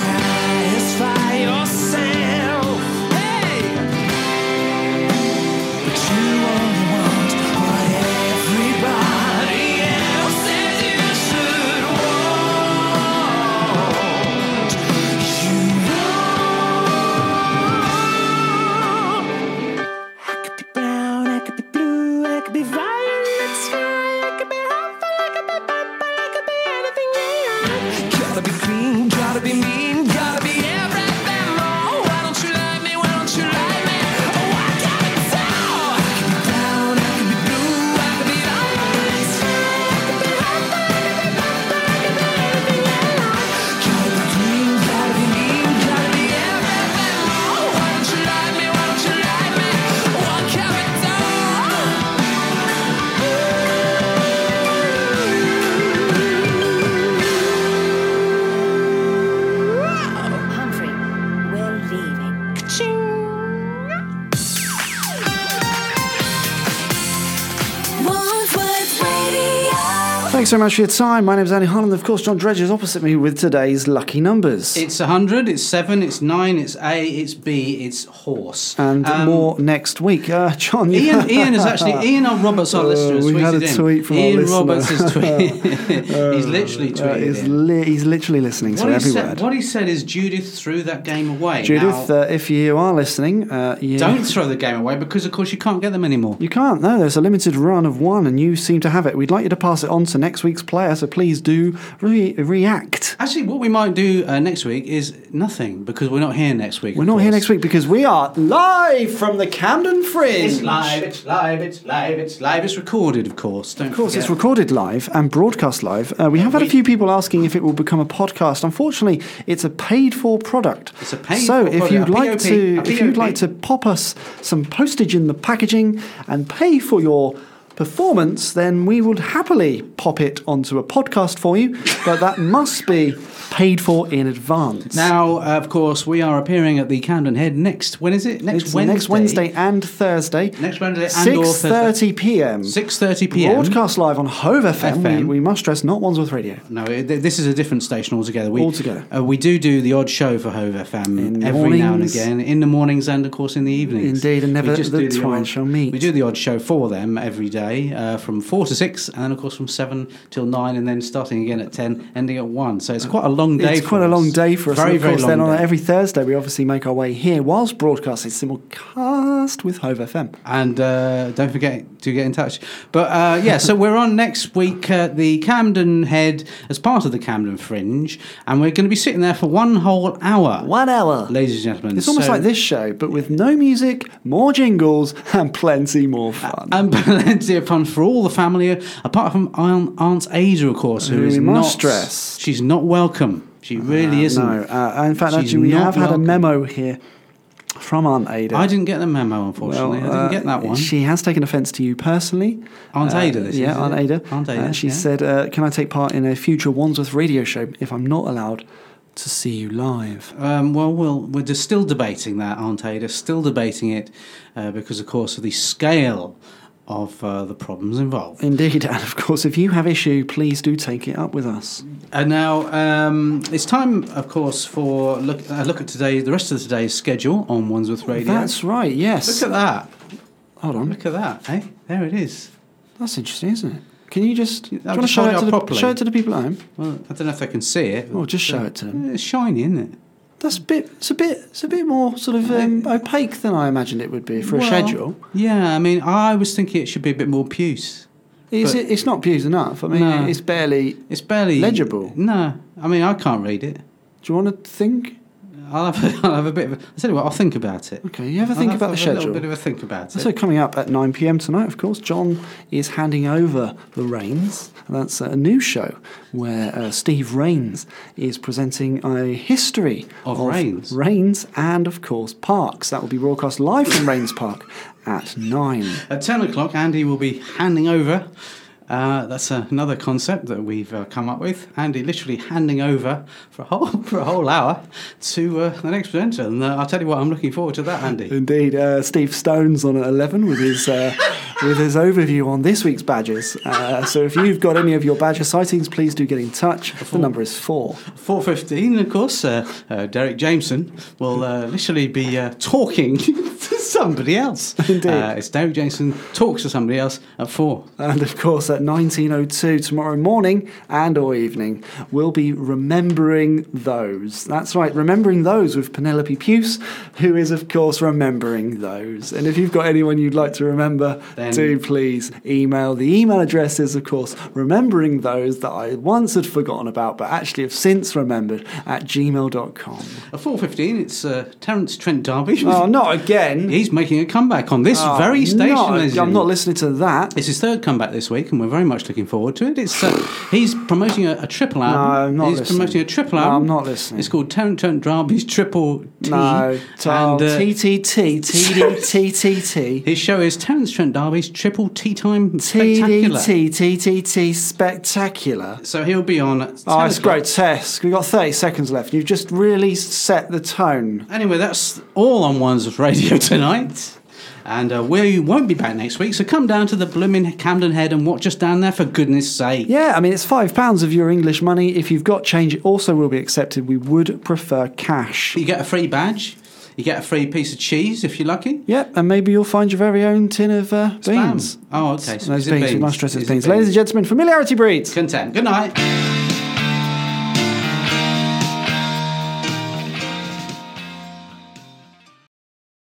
Speaker 7: Satisfy yourself. Hey! But you only want what everybody else says you should want. You want. I could be brown, I could be blue, I could be violet sky, I could be hopeful, I could be purple, I could be anything you like. Gotta be green, gotta be mean, gotta be everything more. Why don't you like me? Why don't you like me? Oh, I gotta go.
Speaker 12: Humphrey, we're leaving.
Speaker 13: Wandsworth Radio.
Speaker 1: Thanks so much for your time. My name's Andy Harland. Of course, John Dredge is opposite me with today's lucky numbers.
Speaker 2: It's 100, it's 7, it's 9, it's A, it's B, it's horse.
Speaker 1: and
Speaker 2: Um,
Speaker 1: more next week. Uh, John, you-
Speaker 2: Ian, Ian is actually Ian R. Roberts, our
Speaker 1: Uh,
Speaker 2: listener, has
Speaker 1: we
Speaker 2: tweeted
Speaker 1: had a
Speaker 2: in.
Speaker 1: tweet from our
Speaker 2: Ian
Speaker 1: listener.
Speaker 2: Roberts is tweeting. he's literally tweeted.
Speaker 1: Uh, he's,
Speaker 2: in.
Speaker 1: li- he's literally listening
Speaker 2: what,
Speaker 1: to
Speaker 2: he
Speaker 1: every
Speaker 2: said,
Speaker 1: word.
Speaker 2: what he said is Judith threw that game away.
Speaker 1: Judith,
Speaker 2: Now,
Speaker 1: uh, if you are listening, uh, you
Speaker 2: don't throw the game away because, of course, you can't get them anymore.
Speaker 1: You can't. No, there's a limited run of one, and you seem to have it. We'd like you to pass it on to next next week's player, so please do re- react.
Speaker 2: Actually, what we might do uh, next week is nothing because we're not here next week.
Speaker 1: We're not here next week because we are live from the Camden Fringe.
Speaker 2: It's live, it's live, it's live, it's live. It's recorded, of course. Don't
Speaker 1: Of course, it's
Speaker 2: forget.
Speaker 1: recorded live and broadcast live. Uh, we have had a few people asking if it will become a podcast. Unfortunately, it's a paid-for product.
Speaker 2: It's a paid
Speaker 1: So,
Speaker 2: for
Speaker 1: if
Speaker 2: product,
Speaker 1: you'd
Speaker 2: a
Speaker 1: like
Speaker 2: POP,
Speaker 1: to,
Speaker 2: a
Speaker 1: if you'd
Speaker 2: POP.
Speaker 1: like to pop us some postage in the packaging and pay for your performance, then we would happily pop it onto a podcast for you. But that must be paid for in advance.
Speaker 2: Now, uh, of course, we are appearing at the Camden Head next. When is it? Next
Speaker 1: It's
Speaker 2: Wednesday.
Speaker 1: next Wednesday and Thursday.
Speaker 2: Next Wednesday and or
Speaker 1: Six
Speaker 2: Thursday.
Speaker 1: thirty p.m.
Speaker 2: Six thirty p.m.
Speaker 1: Broadcast live on Hove FM. We,
Speaker 2: FM.
Speaker 1: we must stress not Wandsworth Radio.
Speaker 2: No, it, th- this is a different station altogether. We,
Speaker 1: Altogether.
Speaker 2: uh, we do do the odd show for Hove FM
Speaker 1: In the
Speaker 2: every now and
Speaker 1: mornings.
Speaker 2: again, in the mornings and of course in the evenings.
Speaker 1: Indeed, and
Speaker 2: We
Speaker 1: never
Speaker 2: just
Speaker 1: the
Speaker 2: do
Speaker 1: twine
Speaker 2: odd-
Speaker 1: shall meet.
Speaker 2: We do the odd show for them every day uh, from four to six, and then of course from seven till nine, and then starting again at ten, ending at one. So it's quite a long day.
Speaker 1: It's
Speaker 2: for
Speaker 1: quite a
Speaker 2: us.
Speaker 1: long day for us.
Speaker 2: Very,
Speaker 1: and of
Speaker 2: very
Speaker 1: course,
Speaker 2: long.
Speaker 1: then on
Speaker 2: day.
Speaker 1: every Thursday, we obviously make our way here whilst broadcasting simulcast with Hove FM.
Speaker 2: and uh, don't forget to get in touch. But uh, yeah, so we're on next week at the Camden Head as part of the Camden Fringe, and we're going to be sitting there for one whole hour.
Speaker 1: One hour.
Speaker 2: Ladies and gentlemen,
Speaker 1: It's almost
Speaker 2: so-
Speaker 1: like this show, but with no music, more jingles, and plenty more fun.
Speaker 2: And plenty of fun for all the family, apart from Aunt, Aunt Ada, of course, who
Speaker 1: Who
Speaker 2: is
Speaker 1: we must
Speaker 2: not
Speaker 1: stress.
Speaker 2: She's not welcome. She really isn't.
Speaker 1: No, uh, in fact,
Speaker 2: She's
Speaker 1: actually, we
Speaker 2: not
Speaker 1: have had a
Speaker 2: welcome.
Speaker 1: memo here from Aunt Ada.
Speaker 2: I didn't get the memo, unfortunately. I
Speaker 1: uh,
Speaker 2: didn't get that one.
Speaker 1: She has taken offence to you personally.
Speaker 2: Aunt
Speaker 1: Uh,
Speaker 2: Ada, this
Speaker 1: yeah,
Speaker 2: is,
Speaker 1: Aunt
Speaker 2: isn't it?
Speaker 1: Ada.
Speaker 2: Aunt Ada,
Speaker 1: Uh, she
Speaker 2: yeah.
Speaker 1: said, uh, Can I take part in a future Wandsworth radio show if I'm not allowed to see you live?
Speaker 2: Um, well, we'll we're just still debating that, Aunt Ada. Still debating it uh, because, of course, of the scale of uh, the problems involved.
Speaker 1: Indeed, and of course, if you have issue, please do take it up with us.
Speaker 2: And Uh, now um, it's time, of course, for look a look at today, the rest of today's schedule on Wandsworth Radio.
Speaker 1: That's right. Yes.
Speaker 2: Look at that!
Speaker 1: Hold on.
Speaker 2: Look at that! Eh? There it is.
Speaker 1: That's interesting, isn't it? Can you just, do you
Speaker 2: I'll
Speaker 1: want to
Speaker 2: just
Speaker 1: show
Speaker 2: hold it
Speaker 1: it,
Speaker 2: up
Speaker 1: to the,
Speaker 2: properly.
Speaker 1: show it to the people at home?
Speaker 2: Well, I don't know if they can see it.
Speaker 1: Well, Oh, just show it to them.
Speaker 2: Yeah, It's shiny, isn't it?
Speaker 1: That's a bit. It's a bit. It's a bit more sort of um, opaque than I imagined it would be for a
Speaker 2: Well,
Speaker 1: schedule.
Speaker 2: Yeah, I mean, I was thinking it should be a bit more puce.
Speaker 1: It's,
Speaker 2: but-
Speaker 1: it's not views enough. I mean,
Speaker 2: No.
Speaker 1: it's barely.
Speaker 2: It's barely
Speaker 1: Legible.
Speaker 2: No, I mean, I can't read it.
Speaker 1: Do you want to think?
Speaker 2: I'll have, I'll have a bit of. A, I tell you what, I'll think about it.
Speaker 1: Okay, you have a
Speaker 2: I'll
Speaker 1: think
Speaker 2: have to
Speaker 1: about the
Speaker 2: have A
Speaker 1: schedule.
Speaker 2: little bit of a think about it.
Speaker 1: So coming up at 9 p.m. tonight, of course, John is handing over the reins. And that's a new show where uh, Steve Rains is presenting a history
Speaker 2: Of Rains.
Speaker 1: Rains and of course Parks. That will be broadcast live from Rains Park at nine.
Speaker 2: At 10 o'clock, Andy will be handing over. Uh, that's another concept that we've uh, come up with. Andy literally handing over for a whole for a whole hour to uh, the next presenter, and uh, I'll tell you what, I'm looking forward to that, Andy.
Speaker 1: Indeed, uh, Steve Stone's on at 11 with his, uh, with his overview on this week's badges. Uh, so if you've got any of your badger sightings, please do get in touch. The number is four.
Speaker 2: 4:15, of course. Uh, uh, Derek Jameson will uh, literally be uh, talking to somebody else.
Speaker 1: Indeed.
Speaker 2: uh, it's Derek Jameson talks to somebody else at four.
Speaker 1: And of course, at 1902 tomorrow morning and or evening, we'll be remembering those. That's right, remembering those with Penelope Puce, who is of course remembering those. And if you've got anyone you'd like to remember,
Speaker 2: Then-
Speaker 1: do please email. The email address is of course remembering those that I once had forgotten about, but actually have since remembered at gmail.com.
Speaker 2: At 4:15, it's uh, Terence Trent D'Arby.
Speaker 1: Oh, not again!
Speaker 2: He's making a comeback on this
Speaker 1: Oh,
Speaker 2: very station.
Speaker 1: not-
Speaker 2: ladies and
Speaker 1: I'm not
Speaker 2: gentlemen.
Speaker 1: listening to that.
Speaker 2: It's his third comeback this week, and we're very much looking forward to it. It's uh, he's promoting a, a triple album.
Speaker 1: No, I'm not
Speaker 2: He's
Speaker 1: listening.
Speaker 2: promoting a triple
Speaker 1: No,
Speaker 2: album.
Speaker 1: I'm not listening.
Speaker 2: It's called Terrent Trent Darby's Triple T.
Speaker 1: No,
Speaker 2: and uh,
Speaker 1: T T T T T T T.
Speaker 2: his show is Terrence Trent Darby's Triple Tea Time Spectacular.
Speaker 1: TDTTTT spectacular.
Speaker 2: So he'll be on. At 10
Speaker 1: Oh, it's
Speaker 2: o'clock.
Speaker 1: grotesque. We've got 30 seconds left. You've just really set the tone.
Speaker 2: Anyway, that's all on One's Radio tonight. And uh, we won't be back next week, so come down to the blooming Camden Head and watch us down there for goodness sake.
Speaker 1: Yeah, I mean, it's £5 of your English money. If you've got change, it also will be accepted. We would prefer cash.
Speaker 2: You get a free badge, you get a free piece of cheese if you're lucky.
Speaker 1: Yep, and maybe you'll find your very own tin of uh, beans.
Speaker 2: Spam. Oh, okay. So
Speaker 1: Those
Speaker 2: is it
Speaker 1: beans, we must stress
Speaker 2: Is
Speaker 1: it's
Speaker 2: it
Speaker 1: beans. Ladies and gentlemen, familiarity breeds.
Speaker 2: Content. Good night.